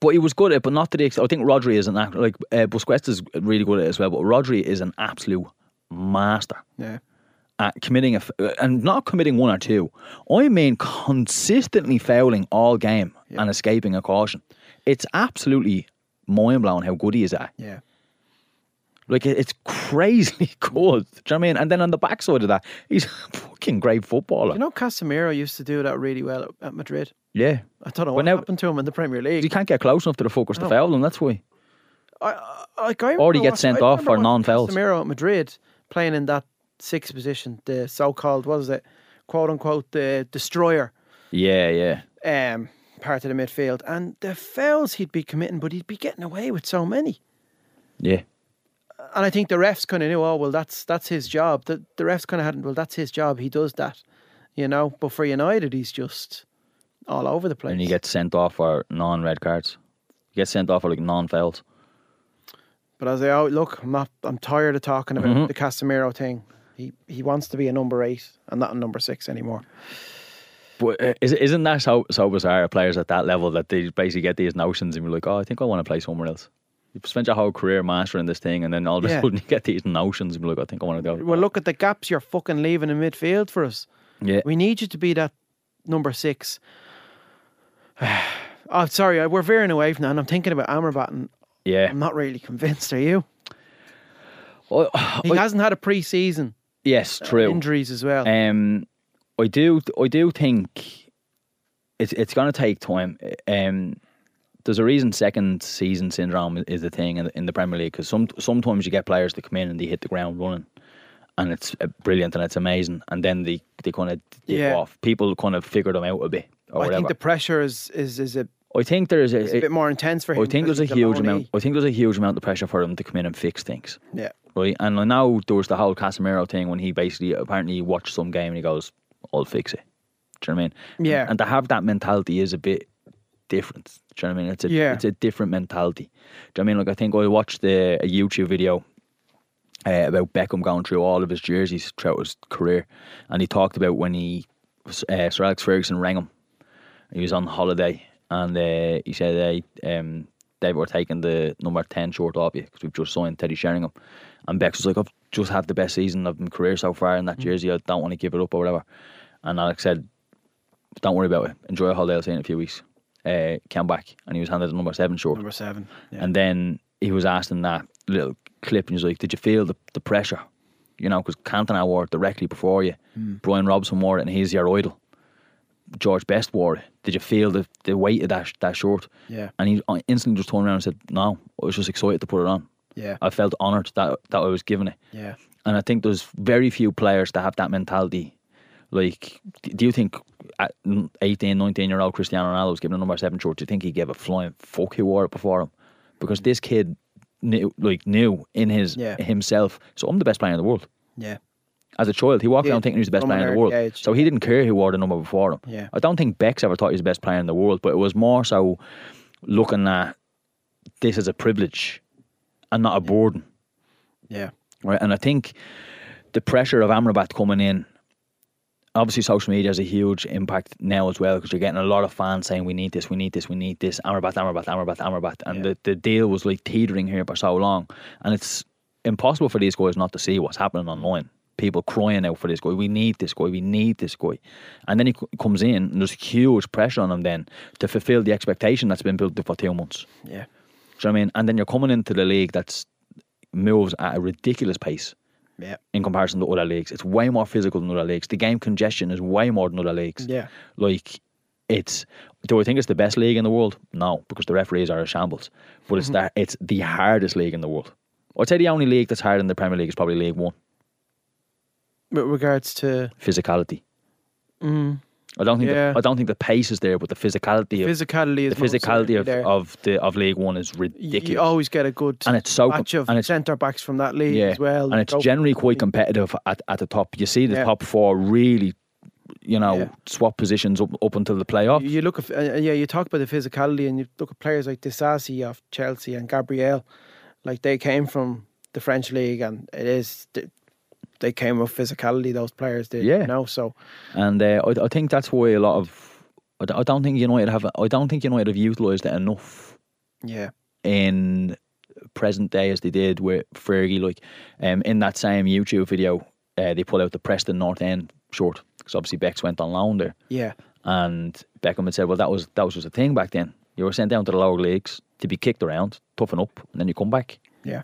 Speaker 3: but he was good at it, but not to the extent. I think Rodri isn't that like uh, Busquets is really good at it as well. But Rodri is an absolute master
Speaker 2: Yeah.
Speaker 3: at committing a f- and not committing one or two. I mean, consistently fouling all game and escaping a caution. It's absolutely mind blowing how good he is at. it.
Speaker 2: Yeah.
Speaker 3: Like it- it's crazily good. Do you know what I mean? And then on the backside of that, he's a fucking great footballer.
Speaker 2: You know, Casemiro used to do that really well at- at Madrid.
Speaker 3: yeah.
Speaker 2: I don't know
Speaker 3: Well,
Speaker 2: what
Speaker 3: now-
Speaker 2: happened to him in the Premier
Speaker 3: You
Speaker 2: League.
Speaker 3: can't get close enough to the fuckers to
Speaker 2: No.
Speaker 3: foul them, that's why.
Speaker 2: I, I, like, I
Speaker 3: Or
Speaker 2: remember
Speaker 3: he gets
Speaker 2: watching-
Speaker 3: sent
Speaker 2: I
Speaker 3: off
Speaker 2: remember
Speaker 3: for
Speaker 2: watching
Speaker 3: non-fouls.
Speaker 2: Casemiro at Madrid playing in that sixth position, the so-called what is it, quote unquote, the destroyer
Speaker 3: Yeah, yeah.
Speaker 2: um, part of the midfield, and the fouls he'd be committing, but he'd be getting away with so many.
Speaker 3: Yeah.
Speaker 2: And I think the refs kind of knew, oh well, that's that's his job. The the refs kind of hadn't, well, that's his job. He does that, you know. But for United, he's just all over the place.
Speaker 3: And you get sent off for non red cards. You get sent off for like non fouls.
Speaker 2: But as I always look, I'm not. I'm tired of talking about
Speaker 3: Mm-hmm.
Speaker 2: the Casemiro thing. He he wants to be a number eight and not a number six anymore.
Speaker 3: But uh, is, isn't that so, so bizarre at players at that level that they basically get these notions and you're like, oh, I think I want to play somewhere else? You've spent your whole career mastering this thing and then all of a
Speaker 2: Yeah.
Speaker 3: sudden you get these notions and you're like, I think I want to go.
Speaker 2: Well, look at the gaps you're fucking leaving in midfield for us.
Speaker 3: yeah.
Speaker 2: We need you to be that number six. oh, sorry, I- we're veering away from that. And I'm thinking about Amrabat, and
Speaker 3: Yeah.
Speaker 2: I'm not really convinced. Are you?
Speaker 3: I-
Speaker 2: He
Speaker 3: I-
Speaker 2: hasn't had a pre-season
Speaker 3: Oh, yes, true.
Speaker 2: injuries as well.
Speaker 3: Um, I do, I do think it's it's going to take time. Um, there's a reason second season syndrome is the thing in the, in the Premier League because some sometimes you get players that come in and they hit the ground running, and it's uh, brilliant and it's amazing, and then they they kind of dip
Speaker 2: Yeah.
Speaker 3: off. People kind of figure them out a bit or
Speaker 2: I
Speaker 3: whatever.
Speaker 2: think the pressure is is is a,
Speaker 3: I think there's
Speaker 2: is
Speaker 3: a,
Speaker 2: a bit more intense for him.
Speaker 3: I think
Speaker 2: because
Speaker 3: there's a
Speaker 2: he's
Speaker 3: huge
Speaker 2: lonely.
Speaker 3: amount. I think there's a huge amount of pressure for them to come in and fix things
Speaker 2: Yeah,
Speaker 3: right? And I know there was the whole Casemiro thing when he basically apparently he watched some game and he goes, "I'll fix it." Do you know what I mean?
Speaker 2: Yeah.
Speaker 3: And, to have that mentality is a bit different. Do you know what I mean? It's a
Speaker 2: Yeah.
Speaker 3: it's a different mentality. Do you know what I mean? Like I think I watched the, a YouTube video. Uh, about Beckham going through all of his jerseys throughout his career, and he talked about when he uh, Sir Alex Ferguson rang him he was on holiday and uh, he said, "Hey, um, Dave, we're taking the number ten short off you because we've just signed Teddy Sheringham." And Bex was like, "I've just had the best season of my career so far in that jersey. I don't want to give it up or whatever." And Alex said, "Don't worry about it. Enjoy your holiday. I'll see you in a few weeks." Uh, came back and he was handed the number seven short.
Speaker 2: number seven. Yeah.
Speaker 3: And then he was asked in that little clip, and he was like, "Did you feel the, the pressure? You know, because Cantona wore it directly before you.
Speaker 2: Hmm.
Speaker 3: Brian Robson wore it, and he's your idol. George Best wore it. Did you feel the, the weight of that that shirt?
Speaker 2: Yeah.
Speaker 3: And he uh, instantly just turned around and said, "No, I was just excited to put it on.
Speaker 2: yeah,
Speaker 3: I felt honoured that that I was given it.
Speaker 2: yeah.
Speaker 3: And I think there's very few players that have that mentality. Like, d- do you think at n- 18, 19 year old Cristiano Ronaldo was given a number seven short? Do you think he gave a flying fuck who wore it before him? Because this kid knew, like, knew in his
Speaker 2: Yeah.
Speaker 3: himself. So I'm the best player in the world.
Speaker 2: Yeah.
Speaker 3: As a child, he walked
Speaker 2: Yeah,
Speaker 3: around thinking he was the best
Speaker 2: from an
Speaker 3: player in the
Speaker 2: early
Speaker 3: world.
Speaker 2: age.
Speaker 3: So he didn't care who wore the number before him.
Speaker 2: Yeah.
Speaker 3: I don't think Beck's ever thought he was the best player in the world, but it was more so looking at this as a privilege and not a burden.
Speaker 2: Yeah.
Speaker 3: Right, and I think the pressure of Amrabat coming in, obviously social media has a huge impact now as well because you're getting a lot of fans saying we need this, we need this, we need this. Amrabat, Amrabat, Amrabat, Amrabat, and
Speaker 2: Yeah.
Speaker 3: the, the deal was like teetering here for so long, and it's impossible for these guys not to see what's happening online. People crying out for this guy. We need this guy. We need this guy. And then he c- comes in, and there's huge pressure on him then to fulfill the expectation that's been built up for two months.
Speaker 2: Yeah.
Speaker 3: Do you know what I mean? And then you're coming into the league that's moves at a ridiculous pace
Speaker 2: Yeah.
Speaker 3: in comparison to other leagues. It's way more physical than other leagues. The game congestion is way more than other leagues.
Speaker 2: Yeah.
Speaker 3: Like it's do I think it's the best league in the world? No, because the referees are a shambles. But
Speaker 2: Mm-hmm.
Speaker 3: it's that it's the hardest league in the world. I'd say the only league that's harder than the Premier League is probably League One.
Speaker 2: With regards to
Speaker 3: Physicality. I don't
Speaker 2: Mm.
Speaker 3: think
Speaker 2: Yeah.
Speaker 3: the, I don't think the pace is there, but the physicality of
Speaker 2: physicality,
Speaker 3: the
Speaker 2: is most
Speaker 3: physicality
Speaker 2: certainly
Speaker 3: of,
Speaker 2: there.
Speaker 3: of the of League One is
Speaker 2: you,
Speaker 3: ridiculous.
Speaker 2: you always get a good
Speaker 3: And it's so com-
Speaker 2: batch of
Speaker 3: and it's-
Speaker 2: centre backs from that league as well.
Speaker 3: And it's
Speaker 2: Go-
Speaker 3: generally quite competitive at, at the top. You see the
Speaker 2: Yeah.
Speaker 3: top four really, you know,
Speaker 2: Yeah.
Speaker 3: swap positions up, up until the playoff.
Speaker 2: you look at uh, yeah, you talk about the physicality, and you look at players like Disasi of Chelsea and Gabriel, like they came from the French league, and it is th- they came with physicality. Those players did,
Speaker 3: Yeah.
Speaker 2: you know. So
Speaker 3: And uh, I, I think that's why a lot of I d- I don't think United have I don't think United have utilised it enough
Speaker 2: yeah,
Speaker 3: in present day as they did with Fergie. Like um, in that same YouTube video, uh, they put out the Preston North End short because obviously Bex went on loan there,
Speaker 2: yeah,
Speaker 3: and Beckham had said, "Well, that was that was just a thing back then. You were sent down to the lower leagues to be kicked around, toughen up, and then you come back."
Speaker 2: yeah.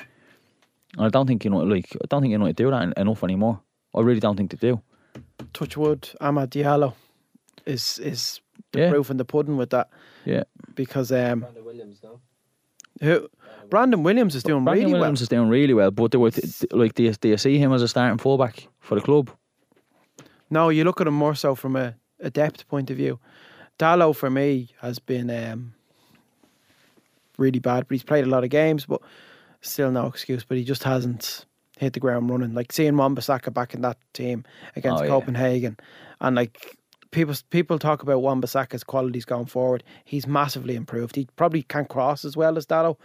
Speaker 3: And I don't think you know, like I don't think you know do that en- enough anymore. I really don't think they do.
Speaker 2: Touchwood, Ahmad Diallo is is the
Speaker 3: Yeah.
Speaker 2: proof in the pudding with that
Speaker 3: Yeah,
Speaker 2: because um,
Speaker 4: Brandon Williams, no?
Speaker 2: who Brandon Williams is doing
Speaker 3: Brandon
Speaker 2: really
Speaker 3: Williams is doing really well, but they were th- th- like, do you, do you see him as a starting fullback for the club?
Speaker 2: well. No, you look at him more so from a, a depth point of view. Diallo for me has been um, really bad, but he's played a lot of games, but still no excuse. But he just hasn't hit the ground running. Like seeing Wan-Bissaka back in that team against
Speaker 3: Oh, yeah.
Speaker 2: Copenhagen, and like people people talk about Wan-Bissaka's qualities going forward. He's massively improved. He probably can't cross as well as Dallo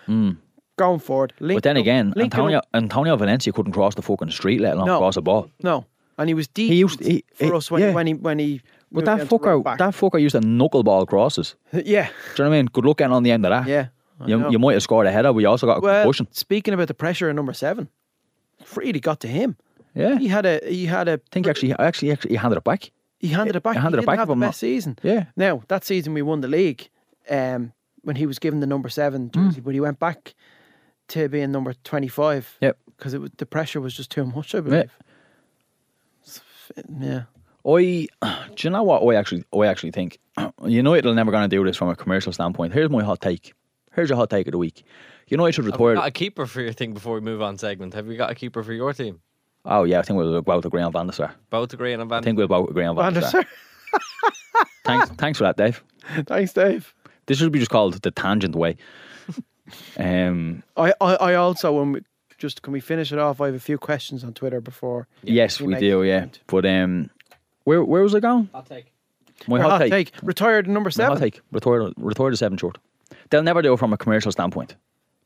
Speaker 2: going forward.
Speaker 3: Hmm. But then
Speaker 2: linking up-
Speaker 3: again,
Speaker 2: linking up-
Speaker 3: Antonio Antonio Valencia couldn't cross the fucking street, let alone
Speaker 2: No.
Speaker 3: cross a ball.
Speaker 2: no, and he was deep
Speaker 3: He used he,
Speaker 2: for
Speaker 3: he-
Speaker 2: us when,
Speaker 3: yeah.
Speaker 2: when he when he.
Speaker 3: But
Speaker 2: moved
Speaker 3: that
Speaker 2: down to right
Speaker 3: fucker,
Speaker 2: back.
Speaker 3: that fucker used to knuckleball crosses.
Speaker 2: yeah,
Speaker 3: Do you know what I mean? Good luck getting on the end of that.
Speaker 2: yeah. I know.
Speaker 3: You, you might have scored a header, but you also got a
Speaker 2: well,
Speaker 3: concussion.
Speaker 2: speaking about the pressure in number seven, really got to him.
Speaker 3: Yeah.
Speaker 2: He
Speaker 3: I
Speaker 2: had a he had a
Speaker 3: think actually, actually, actually, he handed it back.
Speaker 2: He handed it back. he
Speaker 3: handed it
Speaker 2: didn't
Speaker 3: back,
Speaker 2: have
Speaker 3: if
Speaker 2: the
Speaker 3: I'm not-
Speaker 2: best season.
Speaker 3: Yeah.
Speaker 2: Now that season we won the league, um, when he was given the number seven
Speaker 3: Hmm.
Speaker 2: jersey, but he went back to being number twenty-five.
Speaker 3: Yep.
Speaker 2: Because it was, the pressure was just too much. I believe. Yeah.
Speaker 3: I, do you know what I actually, I actually think United are never going to do this from a commercial standpoint. Here's my hot take. Here's your hot take of the week. United should
Speaker 4: Have we
Speaker 3: retire.
Speaker 4: got a keeper for your thing before we move on segment? Have you got a keeper for your team?
Speaker 3: Oh yeah, I think we'll both agree on Van der Sar.
Speaker 4: Both agree and Van.
Speaker 3: I think we'll both agree on Van der Sar. Thanks, thanks for that, Dave.
Speaker 2: Thanks, Dave.
Speaker 3: This should be just called the tangent way. Um,
Speaker 2: I, I, I also when we, just can we finish it off? I have a few questions on Twitter before.
Speaker 3: yes,
Speaker 2: we
Speaker 3: we
Speaker 2: make
Speaker 3: do.
Speaker 2: it
Speaker 3: Yeah,
Speaker 2: count.
Speaker 3: but um, where where was I going?
Speaker 4: I'll take.
Speaker 3: My
Speaker 2: Or
Speaker 3: hot take.
Speaker 2: retired number
Speaker 3: My
Speaker 2: seven.
Speaker 3: hot take. Retire, retire the seven short. They'll never do it from a commercial standpoint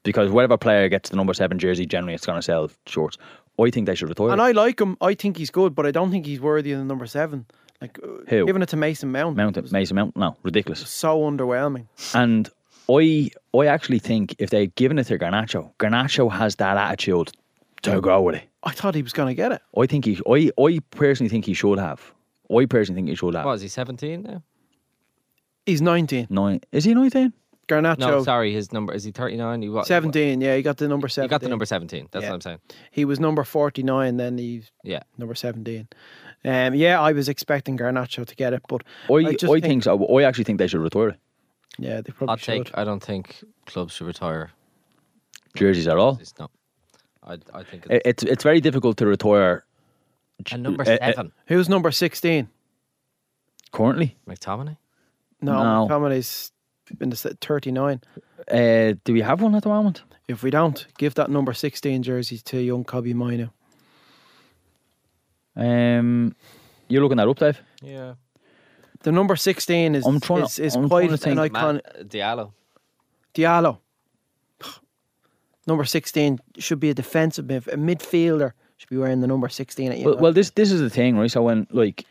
Speaker 3: because whatever player gets the number seven jersey, generally it's going to sell shorts. I think they should retire.
Speaker 2: And
Speaker 3: it.
Speaker 2: I like him. I think he's good, but I don't think he's worthy of the number seven. Like uh,
Speaker 3: Who?
Speaker 2: giving it to Mason Mount,
Speaker 3: Mount it, Mason Mount. No, ridiculous.
Speaker 2: so underwhelming.
Speaker 3: And I I actually think if they'd given it to Garnacho, Garnacho has that attitude to go with it.
Speaker 2: I thought he was going to get it.
Speaker 3: I think he. I, I personally think he should have. I personally think he should have.
Speaker 4: What is he? Seventeen now?
Speaker 2: He's 19.
Speaker 3: Nine. Is he nineteen?
Speaker 2: Garnacho,
Speaker 4: No, sorry. His number is he thirty nine? He what?
Speaker 2: 17. Yeah, he got the number 17.
Speaker 4: He got the number seventeen. That's
Speaker 2: Yeah.
Speaker 4: what I'm saying.
Speaker 2: He was number 49, then he's
Speaker 4: Yeah.
Speaker 2: number 17. Um, yeah, I was expecting Garnacho to get it, but
Speaker 3: I, I,
Speaker 2: just
Speaker 3: think, so. I actually think they should retire it.
Speaker 2: Yeah, they
Speaker 4: I'll
Speaker 2: probably should.
Speaker 4: take. I don't think clubs should retire.
Speaker 3: jerseys at all.
Speaker 4: It's not. I I think
Speaker 3: Oh. It,
Speaker 4: it's
Speaker 3: it's it's very difficult to retire
Speaker 4: a number
Speaker 3: uh, uh,
Speaker 4: seven.
Speaker 2: Who's number 16?
Speaker 3: currently.
Speaker 4: McTominay.
Speaker 2: No,
Speaker 3: No.
Speaker 2: Tominay's in the se- 39.
Speaker 3: Uh, do we have one at the moment?
Speaker 2: If we don't, give that number 16 jersey to young Cobby Mino.
Speaker 3: Um, you're looking that up, Dave.
Speaker 4: Yeah.
Speaker 2: The number 16 is,
Speaker 3: I'm trying to-
Speaker 2: is, is
Speaker 3: I'm
Speaker 2: quite
Speaker 3: trying to
Speaker 2: an
Speaker 3: think,
Speaker 2: icon.
Speaker 4: Man, Diallo.
Speaker 2: Diallo. Number 16 should be a defensive midf- a midfielder. Should be wearing the number 16 at
Speaker 3: Well,
Speaker 2: United.
Speaker 3: well, this this is the thing, right? So when like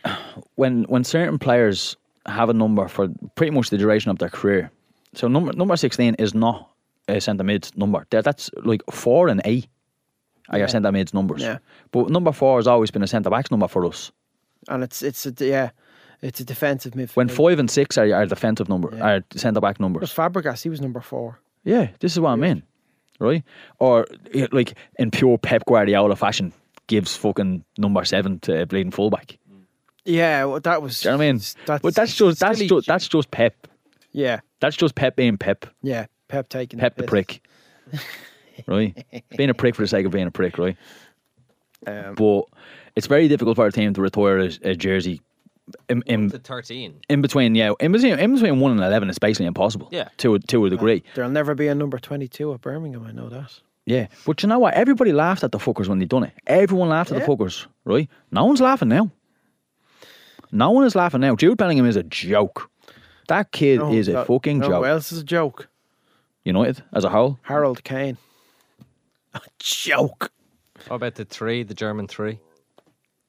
Speaker 3: when when certain players have a number for pretty much the duration of their career, so number number sixteen is not a centre mid number. That, that's like four and eight are your centre mids numbers.
Speaker 2: Yeah.
Speaker 3: But number four has always been a centre back's number for us.
Speaker 2: and it's it's a yeah, it's a defensive midfield.
Speaker 3: When five and six are our defensive number, are centre back numbers.
Speaker 2: Fabregas, he was number four.
Speaker 3: Yeah, this is what I mean, right? Or yeah, like in pure Pep Guardiola fashion, gives fucking number seven to a bleeding fullback.
Speaker 2: Yeah, well, that was.
Speaker 3: Do you know what I mean? but that's just that's
Speaker 2: silly.
Speaker 3: just that's just Pep.
Speaker 2: yeah,
Speaker 3: That's just Pep being Pep.
Speaker 2: yeah. Pep taking
Speaker 3: Pep the
Speaker 2: piss.
Speaker 3: prick, right? Being a prick for the sake of being a prick, right?
Speaker 2: Um,
Speaker 3: But it's very difficult for a team to retire a, a jersey. In,
Speaker 4: The
Speaker 3: in,
Speaker 4: thirteen.
Speaker 3: in between, yeah, in between, in between one and eleven, it's basically impossible.
Speaker 4: Yeah.
Speaker 3: to a, to a degree.
Speaker 2: There'll never be a number twenty-two at Birmingham. I know that.
Speaker 3: Yeah, but you know what? Everybody laughed at the fuckers when they done it. Everyone laughed at
Speaker 2: Yeah.
Speaker 3: the fuckers, right? No one's laughing now. No one is laughing now. Jude Bellingham is a joke. That kid
Speaker 2: No,
Speaker 3: is a
Speaker 2: that-
Speaker 3: fucking
Speaker 2: no,
Speaker 3: joke.
Speaker 2: Who else is a joke?
Speaker 3: United as a whole.
Speaker 2: Harold Kane.
Speaker 3: Joke.
Speaker 4: How about the three, the German three?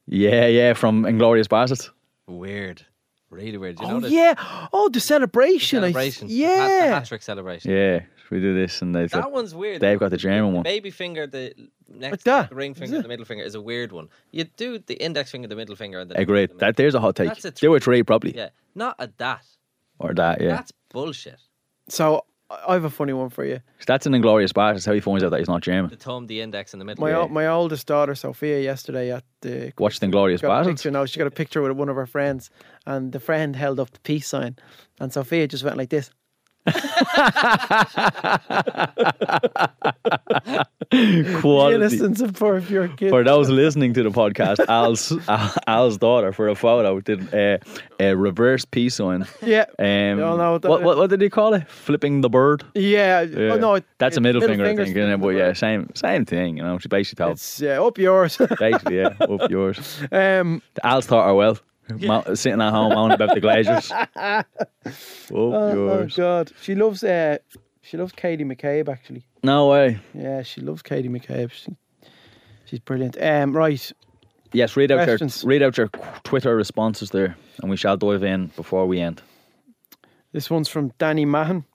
Speaker 3: Yeah, yeah, from Inglorious Bastards.
Speaker 4: Weird. Really weird. You
Speaker 2: oh
Speaker 4: know the
Speaker 2: yeah. Oh, the celebration. I-
Speaker 4: celebration. The hat- The
Speaker 2: yeah.
Speaker 4: hat trick celebration.
Speaker 3: Yeah, we do this, and they've
Speaker 4: That
Speaker 3: got,
Speaker 4: one's weird.
Speaker 3: they've got the German one.
Speaker 4: baby finger, the next
Speaker 2: Like that,
Speaker 4: the ring
Speaker 2: is
Speaker 4: finger,
Speaker 2: it?
Speaker 4: the middle finger is a weird one. You do the index finger, the middle finger, and the
Speaker 3: I
Speaker 4: next
Speaker 3: agree.
Speaker 4: one, the
Speaker 3: That there's a hot take.
Speaker 4: That's a three.
Speaker 3: Do it three probably,
Speaker 4: middle- yeah, not a that.
Speaker 3: or that. Yeah, that's,
Speaker 4: That's bullshit.
Speaker 2: So I I have a funny one for you.
Speaker 3: that's an Inglorious Bastards. How he finds out that he's not German.
Speaker 4: The thumb, the index, and the middle.
Speaker 2: My o- my oldest daughter Sophia yesterday at the
Speaker 3: Watched Inglorious
Speaker 2: got a
Speaker 3: Bastards.
Speaker 2: picture now. She got a picture with one of her friends, and the friend held up the peace sign, and Sophia just went like this.
Speaker 3: Quality.
Speaker 2: Innocence of poor pure kid.
Speaker 3: for those listening to the podcast, Al's Al- Al's daughter for a photo did a, a reverse peace sign.
Speaker 2: yeah.
Speaker 3: Um,
Speaker 2: all know what that
Speaker 3: what, what what did he call it? Flipping the bird.
Speaker 2: yeah.
Speaker 3: Yeah.
Speaker 2: Oh, no, it-
Speaker 3: that's a
Speaker 2: it-
Speaker 3: middle, finger, I
Speaker 2: finger's
Speaker 3: think. Isn't it?
Speaker 2: flipping
Speaker 3: But
Speaker 2: the
Speaker 3: yeah,
Speaker 2: bird.
Speaker 3: same same thing. You know, she basically told.
Speaker 2: It's yeah, up yours.
Speaker 3: Basically, yeah, up yours.
Speaker 2: um,
Speaker 3: Al's thought her well, Mo- sitting at home moaning about the Glazers.
Speaker 2: oh, oh,
Speaker 3: up yours.
Speaker 2: God, she loves uh, she loves Katie McCabe actually.
Speaker 3: No way.
Speaker 2: Yeah, she loves Katie McCabe. She, she's brilliant. Um, right,
Speaker 3: Yes, read out
Speaker 2: Questions.
Speaker 3: your read out your qu- Twitter responses there, and we shall dive in before we end.
Speaker 2: This one's from Danny Mahan.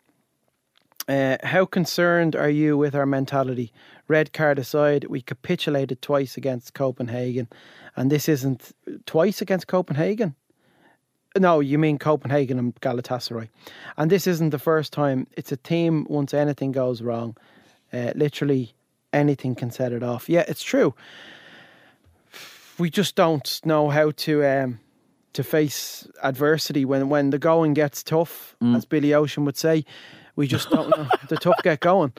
Speaker 2: Uh, how concerned are you with our mentality? Red card aside, we capitulated twice against Copenhagen, and this isn't twice against Copenhagen. No, you mean Copenhagen and Galatasaray. And this isn't the first time. It's a team once anything goes wrong, uh, literally anything can set it off. Yeah, it's true. We just don't know how to um, to face adversity when when the going gets tough, as Billy Ocean would say. We just don't know the tough get going,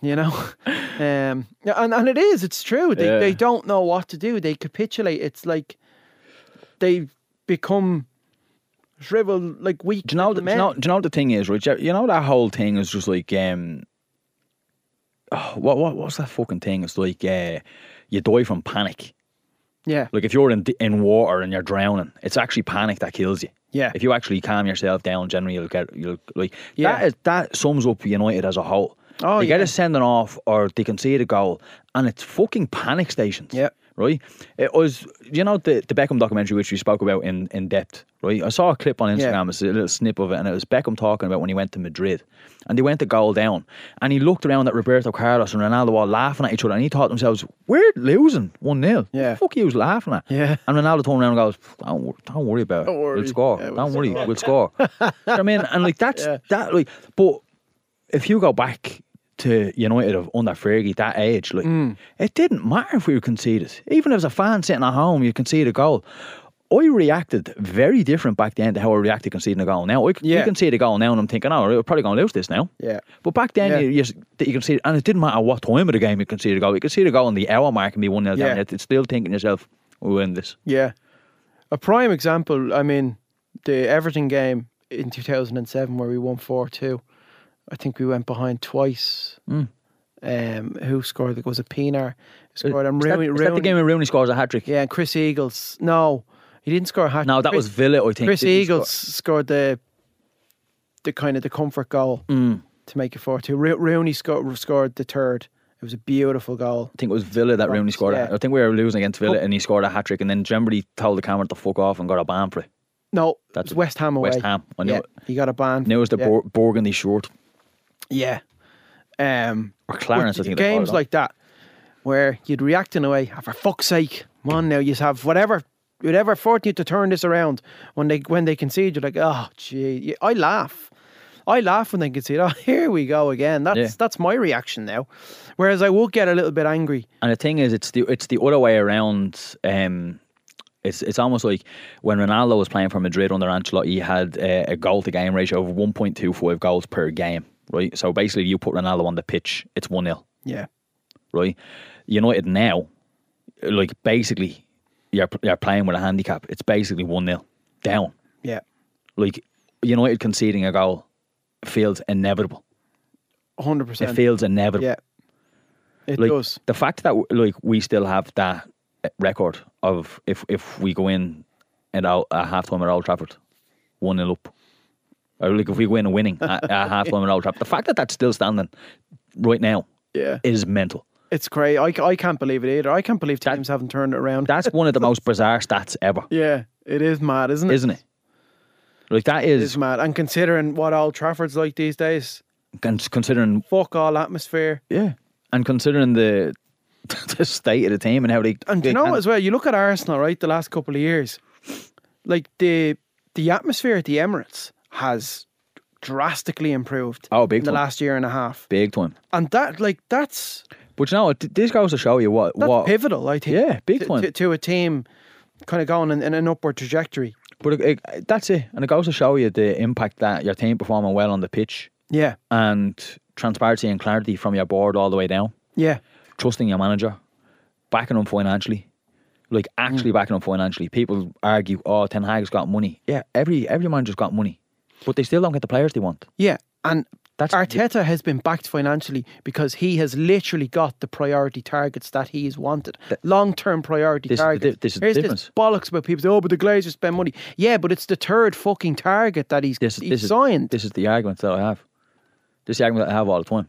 Speaker 2: you know. Um, yeah, and and it is, it's true. They
Speaker 3: Yeah.
Speaker 2: they don't know what to do. They capitulate. It's like they become shriveled, like weak.
Speaker 3: Do you know? The,
Speaker 2: little
Speaker 3: do you
Speaker 2: men.
Speaker 3: know? Do you know what the thing is, Richard? You know that whole thing is just like um, oh, what what what's that fucking thing? It's like uh, you die from panic.
Speaker 2: Yeah,
Speaker 3: Like if you're in d- in water and you're drowning, it's actually panic that kills you.
Speaker 2: yeah.
Speaker 3: If you actually calm yourself down, generally you'll get you'll like
Speaker 2: Yeah.
Speaker 3: that is that sums up United as a whole.
Speaker 2: Oh,
Speaker 3: they get
Speaker 2: yeah.
Speaker 3: a sending off or they concede a goal and it's fucking panic stations.
Speaker 2: Yeah.
Speaker 3: Right? It was you know the, the Beckham documentary which we spoke about in, in depth, right? I saw a clip on
Speaker 2: Yeah.
Speaker 3: Instagram, it's a little snip of it, and it was Beckham talking about when he went to Madrid and they went to goal down and he looked around at Roberto Carlos and Ronaldo all laughing at each other and he thought to themselves, We're losing one 0
Speaker 2: Yeah.
Speaker 3: Fuck you was laughing at.
Speaker 2: Yeah.
Speaker 3: And Ronaldo turned around and goes, Don't, wor- don't worry about it.
Speaker 2: Don't worry.
Speaker 3: We'll score.
Speaker 2: Yeah, we'll
Speaker 3: don't worry. We'll score. Do you know what I mean, and like that's
Speaker 2: Yeah.
Speaker 3: that. Like, but if you go back to United of under Fergie that age, like
Speaker 2: Mm.
Speaker 3: it didn't matter if we were conceded. Even as a fan sitting at home, you concede a goal. I reacted very different back then to how I reacted conceding a goal now. I,
Speaker 2: Yeah.
Speaker 3: You concede a goal now, and I'm thinking, oh, we're probably going to lose this now.
Speaker 2: Yeah.
Speaker 3: But back then,
Speaker 2: Yeah.
Speaker 3: you, you, s- you conceded, and it didn't matter what time of the game you conceded a goal. You conceded a goal in the hour mark and be 1 0
Speaker 2: Yeah.
Speaker 3: down. It's it's still thinking to yourself, we win this.
Speaker 2: Yeah. A prime example, I mean, the Everton game in 2007 where we won 4 2. I think we went behind twice. Um, who scored? It was a Pinar. Who scored? I'm
Speaker 3: Hmm. Is that-
Speaker 2: Rooney.
Speaker 3: is that the
Speaker 2: Rooney-
Speaker 3: game where Rooney scores a hat trick?
Speaker 2: Yeah, and Chris Eagles. No, he didn't score a hat
Speaker 3: No, that was Villa, I think.
Speaker 2: Chris
Speaker 3: didn't he score?
Speaker 2: Eagles scored the the kind of the comfort goal
Speaker 3: Mm.
Speaker 2: to make it 4 2. Ro- Rooney sco- scored the third. It was a beautiful goal.
Speaker 3: I think it was Villa that Rooney
Speaker 2: Right,
Speaker 3: scored. a-
Speaker 2: yeah.
Speaker 3: I think we were losing against Villa and he scored a hat trick and then Jemberly told the camera to fuck off and got a ban for it.
Speaker 2: No,
Speaker 3: That's
Speaker 2: that's West Ham away.
Speaker 3: West Ham. I knew
Speaker 2: yeah,
Speaker 3: it.
Speaker 2: he got a ban.
Speaker 3: And it was the
Speaker 2: yeah.
Speaker 3: bur- burgundy short.
Speaker 2: Yeah. Um,
Speaker 3: Or Clarence,
Speaker 2: but
Speaker 3: I think they
Speaker 2: games
Speaker 3: call it.
Speaker 2: like that where you'd react in a way, "Ah, for fuck's sake, come on now, you have whatever, whatever fortune to turn this around. When they when they concede, you're like, oh gee, Yeah, I laugh. I laugh when they concede. Oh, here we go again. That's
Speaker 3: Yeah.
Speaker 2: that's my reaction now. Whereas I would get a little bit angry.
Speaker 3: And the thing is, it's the it's the other way around. Um, it's it's almost like when Ronaldo was playing for Madrid under Ancelotti, he had uh, a goal to game ratio of one point two five goals per game. Right, so basically, you put Ronaldo on the pitch, it's one 0
Speaker 2: Yeah,
Speaker 3: Right, United now, like basically, you're you're playing with a handicap. It's basically one 0 down.
Speaker 2: yeah,
Speaker 3: Like United conceding a goal feels inevitable.
Speaker 2: hundred
Speaker 3: It
Speaker 2: percent.
Speaker 3: feels inevitable.
Speaker 2: Yeah, it
Speaker 3: like
Speaker 2: does.
Speaker 3: the fact that like we still have that record of if if we go in and out at halftime at Old Trafford, one 0 up, or like if we go in winning at, at halftime at Old Trafford, the fact that that's still standing right now
Speaker 2: Yeah,
Speaker 3: is mental.
Speaker 2: It's crazy. I, I can't believe it either. I can't believe
Speaker 3: That-
Speaker 2: teams haven't turned it around.
Speaker 3: That's one of the most bizarre stats ever,
Speaker 2: yeah, it is mad, isn't it?
Speaker 3: isn't it? Like that
Speaker 2: It
Speaker 3: is
Speaker 2: is mad. And considering what Old Trafford's like these days,
Speaker 3: con- considering
Speaker 2: fuck all atmosphere.
Speaker 3: yeah, and considering the the state of the team and how they
Speaker 2: And
Speaker 3: they
Speaker 2: you know
Speaker 3: can't-
Speaker 2: as well, you look at Arsenal, right, the last couple of years, like the the atmosphere at the Emirates has drastically improved
Speaker 3: oh big
Speaker 2: in the
Speaker 3: time,
Speaker 2: last year and a half.
Speaker 3: big time.
Speaker 2: And that like that's
Speaker 3: But you know what? Th- This goes to show you what
Speaker 2: that's
Speaker 3: what
Speaker 2: pivotal, I think.
Speaker 3: yeah, big
Speaker 2: to,
Speaker 3: time.
Speaker 2: to, to a team kind of going in, in an upward trajectory.
Speaker 3: But it, it, that's it, and it goes to show you the impact that your team performing well on the pitch
Speaker 2: Yeah.
Speaker 3: and transparency and clarity from your board all the way down,
Speaker 2: Yeah.
Speaker 3: trusting your manager, backing them financially, like actually backing them financially. People argue, oh, Ten Hag's got money. Yeah, every every manager's got money, but they still don't get the players they want.
Speaker 2: Yeah. And
Speaker 3: That's
Speaker 2: Arteta has been backed financially because he has literally got the priority targets that he has wanted. Long term priority
Speaker 3: This is the
Speaker 2: targets.
Speaker 3: di- this is the
Speaker 2: Here's
Speaker 3: difference.
Speaker 2: this bollocks about people say, oh, but the Glazers spend money. Yeah, but it's the third fucking target that he's,
Speaker 3: this
Speaker 2: he's
Speaker 3: this is
Speaker 2: signed.
Speaker 3: this is the argument that I have. This is the argument that I have all the time.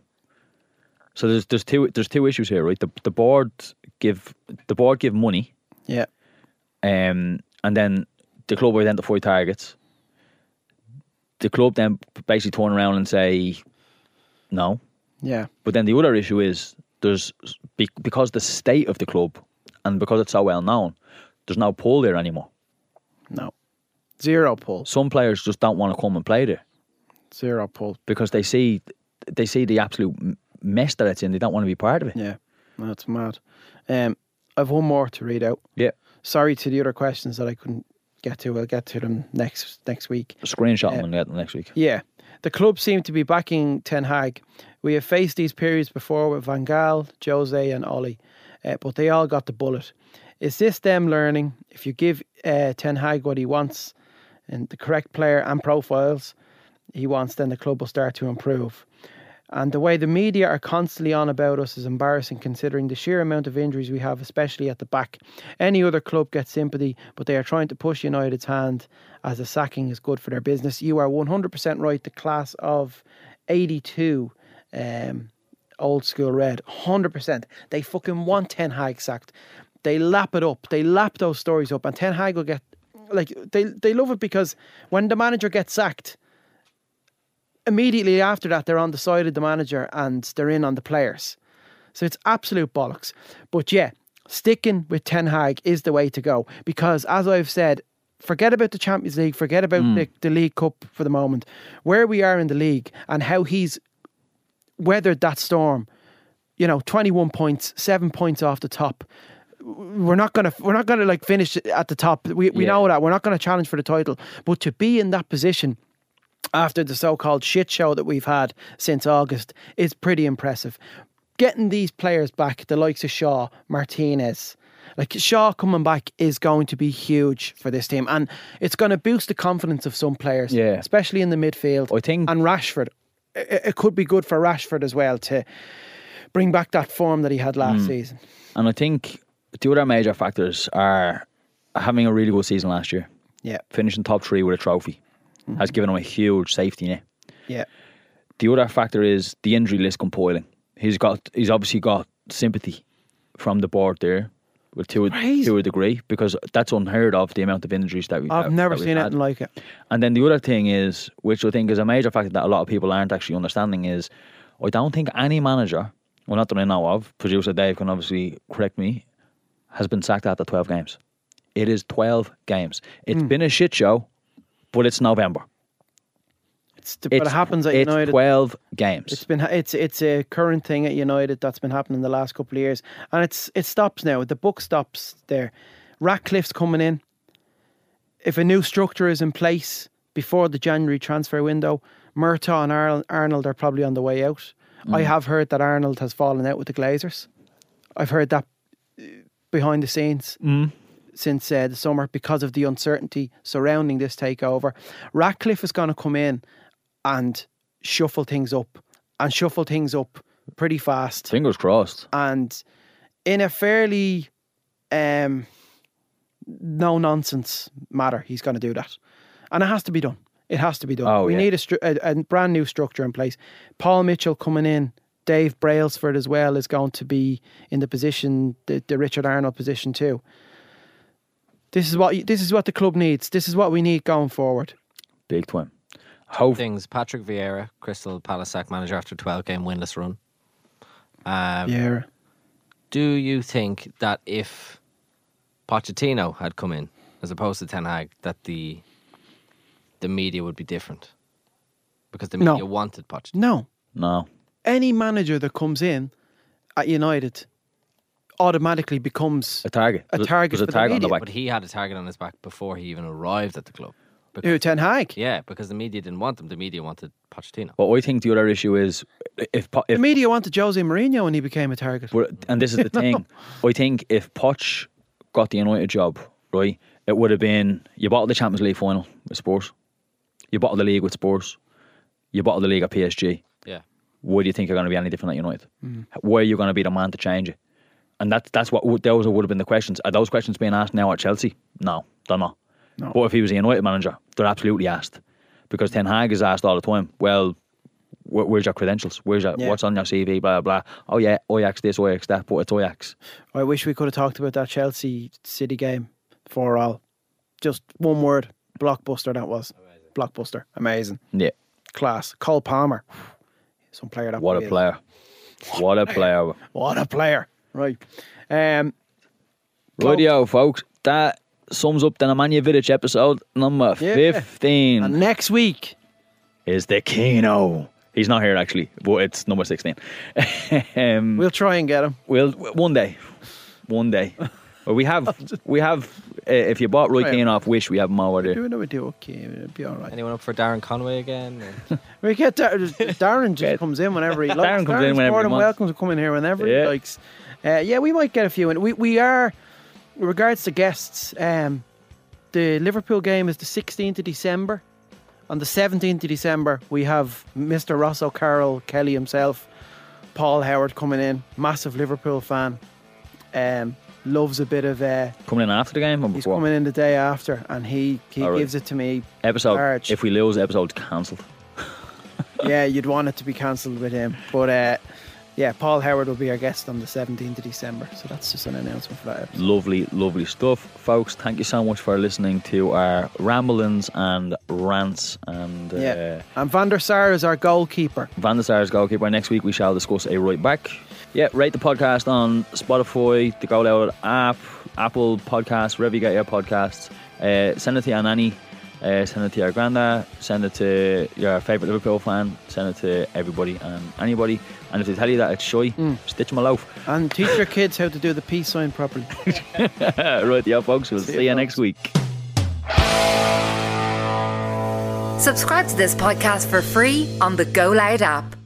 Speaker 3: So there's there's two there's two issues here, right? The the board give the board give money.
Speaker 2: yeah.
Speaker 3: Um, and then the club identify targets. The club then basically turn around and say, no.
Speaker 2: Yeah.
Speaker 3: But then the other issue is there's be- because the state of the club and because it's so well known, there's no pull there anymore.
Speaker 2: No. Zero pulls.
Speaker 3: Some players just don't want to come and play there
Speaker 2: Zero pulls.
Speaker 3: because they see they see the absolute m- mess that it's in. They don't want to be part of it.
Speaker 2: Yeah. That's mad. Um, I've one more to read out.
Speaker 3: Yeah.
Speaker 2: Sorry to the other questions that I couldn't get to. I'll get to them next next week.
Speaker 3: Screenshot them and get them next week.
Speaker 2: Yeah. The club seem to be backing Ten Hag. We have faced these periods before with Van Gaal, Jose, and Ollie, uh, but they all got the bullet. Is this them learning? If you give uh, Ten Hag what he wants and the correct player and profiles he wants, then the club will start to improve. And the way the media are constantly on about us is embarrassing considering the sheer amount of injuries we have, especially at the back. Any other club gets sympathy, but they are trying to push United's hand as the sacking is good for their business. You are 100% right. The class of 82, um, old school red, 100%. They fucking want Ten Hag sacked. They lap it up. They lap those stories up. And Ten Hag will get, like, they, they love it because when the manager gets sacked, immediately after that, they're on the side of the manager and they're in on the players. So it's absolute bollocks. But yeah, sticking with Ten Hag is the way to go because, as I've said, forget about the Champions League, forget about the, the League Cup for the moment. Where we are in the league and how he's weathered that storm. You know, twenty-one points, seven points off the top. We're not gonna, we're not gonna like finish at the top. We we
Speaker 3: Yeah.
Speaker 2: know that we're not gonna challenge for the title, but to be in that position after the so-called shit show that we've had since August is pretty impressive. Getting these players back, the likes of Shaw, Martinez, like Shaw coming back is going to be huge for this team, and it's going to boost the confidence of some players,
Speaker 3: Yeah.
Speaker 2: especially in the midfield.
Speaker 3: I think-
Speaker 2: and Rashford, it, it could be good for Rashford as well to bring back that form that he had
Speaker 3: Mm.
Speaker 2: last season.
Speaker 3: And I think the other major factors are having a really good season last year.
Speaker 2: Yeah,
Speaker 3: finishing top three with a trophy
Speaker 2: Mm-hmm.
Speaker 3: has given him a huge safety net.
Speaker 2: yeah,
Speaker 3: The other factor is the injury list compiling. He's got he's obviously got sympathy from the board there, with to a,
Speaker 2: Crazy.
Speaker 3: to a degree because that's unheard of the amount of injuries that we.
Speaker 2: I've
Speaker 3: that-
Speaker 2: never
Speaker 3: that we've
Speaker 2: seen
Speaker 3: had.
Speaker 2: anything like it.
Speaker 3: And then the other thing is, which I think is a major factor that a lot of people aren't actually understanding, is I don't think any manager, well, not that I know of, producer Dave can obviously correct me, has been sacked after 12 games. It is 12 games.
Speaker 2: Hmm.
Speaker 3: It's been a shit show, but it's November.
Speaker 2: It's, but
Speaker 3: It's,
Speaker 2: it happens at
Speaker 3: it's
Speaker 2: United.
Speaker 3: 12 games.
Speaker 2: It's been it's it's a current thing at United that's been happening the last couple of years, and it's it stops now. The book stops there. Ratcliffe's coming in. If a new structure is in place before the January transfer window, Murtaugh and Ar- Arnold are probably on the way out. I have heard that Arnold has fallen out with the Glazers. I've heard that uh, behind the scenes since uh, the summer because of the uncertainty surrounding this takeover. Ratcliffe is going to come in and shuffle things up and shuffle things up pretty fast
Speaker 3: Fingers crossed.
Speaker 2: and in a fairly um, no nonsense matter. He's going to do that. And it has to be done. It has to be done.
Speaker 3: Oh,
Speaker 2: we
Speaker 3: yeah.
Speaker 2: need a, stru- a, a brand new structure in place. Paul Mitchell coming in Dave Brailsford as well is going to be in the position, the, the Richard Arnold position too. This is what you- this is what the club needs. This is what we need going forward.
Speaker 3: Big time. How
Speaker 4: Things Patrick Vieira, Crystal Palace sack manager after 12 game winless run. Um,
Speaker 2: Yeah,
Speaker 4: Do you think that if Pochettino had come in as opposed to Ten Hag, that the the media would be different? Because the
Speaker 2: No.
Speaker 4: media wanted Pochettino.
Speaker 2: no.
Speaker 3: no.
Speaker 2: Any manager that comes in at United automatically becomes
Speaker 3: A target.
Speaker 2: A
Speaker 3: There's-
Speaker 2: target
Speaker 3: There's
Speaker 2: for
Speaker 3: a
Speaker 2: the
Speaker 3: target on the
Speaker 2: media,
Speaker 3: back.
Speaker 4: But he had a target on his back before he even arrived at the club. Because,
Speaker 2: who Ten Hag.
Speaker 4: yeah, because the media didn't want them. The media wanted Pochettino.
Speaker 3: What I think the other issue is if Po-
Speaker 2: The
Speaker 3: if
Speaker 2: media wanted Jose Mourinho and he became a target.
Speaker 3: Well, and this is the thing. I think if Poch got the United job, right, it would have been you bottled the Champions League final with Spurs, you bottled the league with Spurs, you bottled the league at PSG.
Speaker 4: Yeah.
Speaker 3: Why do you think you're going to be any different at United?
Speaker 2: Mm.
Speaker 3: Where are you going to be the man to change it? And that's that's what would- those would have been the questions. Are those questions being asked now at Chelsea? No, they're not.
Speaker 2: No.
Speaker 3: But if he was a United manager, they're absolutely asked because Ten Hag is asked all the time. Well, where, where's your credentials? Where's your,
Speaker 2: Yeah.
Speaker 3: what's on your CV? Blah blah. blah. Oh yeah, Ajax this, Ajax that, but it's Ajax.
Speaker 2: I wish we could have talked about that Chelsea City game for all. Just one word, blockbuster. That was blockbuster. Amazing,
Speaker 3: Yeah,
Speaker 2: class. Cole Palmer, some player that.
Speaker 3: what
Speaker 2: we
Speaker 3: a
Speaker 2: is.
Speaker 3: player! What a player!
Speaker 2: What a player. Right. Um.
Speaker 3: Radio, folks. That sums up the Nemanja Vidic episode number
Speaker 2: Yeah.
Speaker 3: fifteen.
Speaker 2: And next week,
Speaker 3: is the Kino. He's not here actually, but it's number sixteen. um,
Speaker 2: we'll try and get him.
Speaker 3: Well, w- one day, one day. Well, we have, we have. Uh, if you bought Roy
Speaker 2: Right.
Speaker 3: Keane off Wish, we have more over there.
Speaker 2: Do we do okay? It'll be all right.
Speaker 4: Anyone up for Darren Conway again? Or-
Speaker 2: We get Dar- Darren just comes in whenever he likes.
Speaker 3: Darren comes in whenever he
Speaker 2: more than
Speaker 3: wants.
Speaker 2: welcome to come in here whenever
Speaker 3: Yeah.
Speaker 2: he likes. Uh, yeah, we might get a few in. We we are, with regards to guests, um, the Liverpool game is the 16th of December. On the 17th of December, we have Mr. Ross O'Carroll, Kelly himself, Paul Howard coming in. Massive Liverpool fan. Um, loves a bit of. Uh,
Speaker 3: Coming in after the game or
Speaker 2: he's
Speaker 3: before
Speaker 2: coming in the day after, and he he
Speaker 3: All right.
Speaker 2: gives it to me
Speaker 3: episode.
Speaker 2: Arch.
Speaker 3: If we lose, episode's cancelled.
Speaker 2: yeah, you'd want it to be cancelled with him. But uh, yeah, Paul Howard will be our guest on the 17th of December. So that's just an announcement for that episode.
Speaker 3: Lovely, lovely stuff, folks. Thank you so much for listening to our ramblings and rants. And uh,
Speaker 2: Yeah. And Van der Sar is our goalkeeper.
Speaker 3: Van der Sar's goalkeeper. Next week we shall discuss a right back. Yeah, rate the podcast on Spotify, the Go Loud app, Apple Podcasts, wherever you get your podcasts. Uh, send it to your nanny, uh, send it to your granddad, send it to your favourite Liverpool fan, send it to everybody and anybody. And if they tell you that it's shy, stitch 'em a loaf.
Speaker 2: And teach your kids how to do the peace sign properly.
Speaker 3: Uh, right, yeah, folks. We'll see,
Speaker 2: See
Speaker 3: you
Speaker 2: you,
Speaker 3: next
Speaker 2: folks.
Speaker 3: week.
Speaker 1: Subscribe to this podcast for free on the Go Loud app.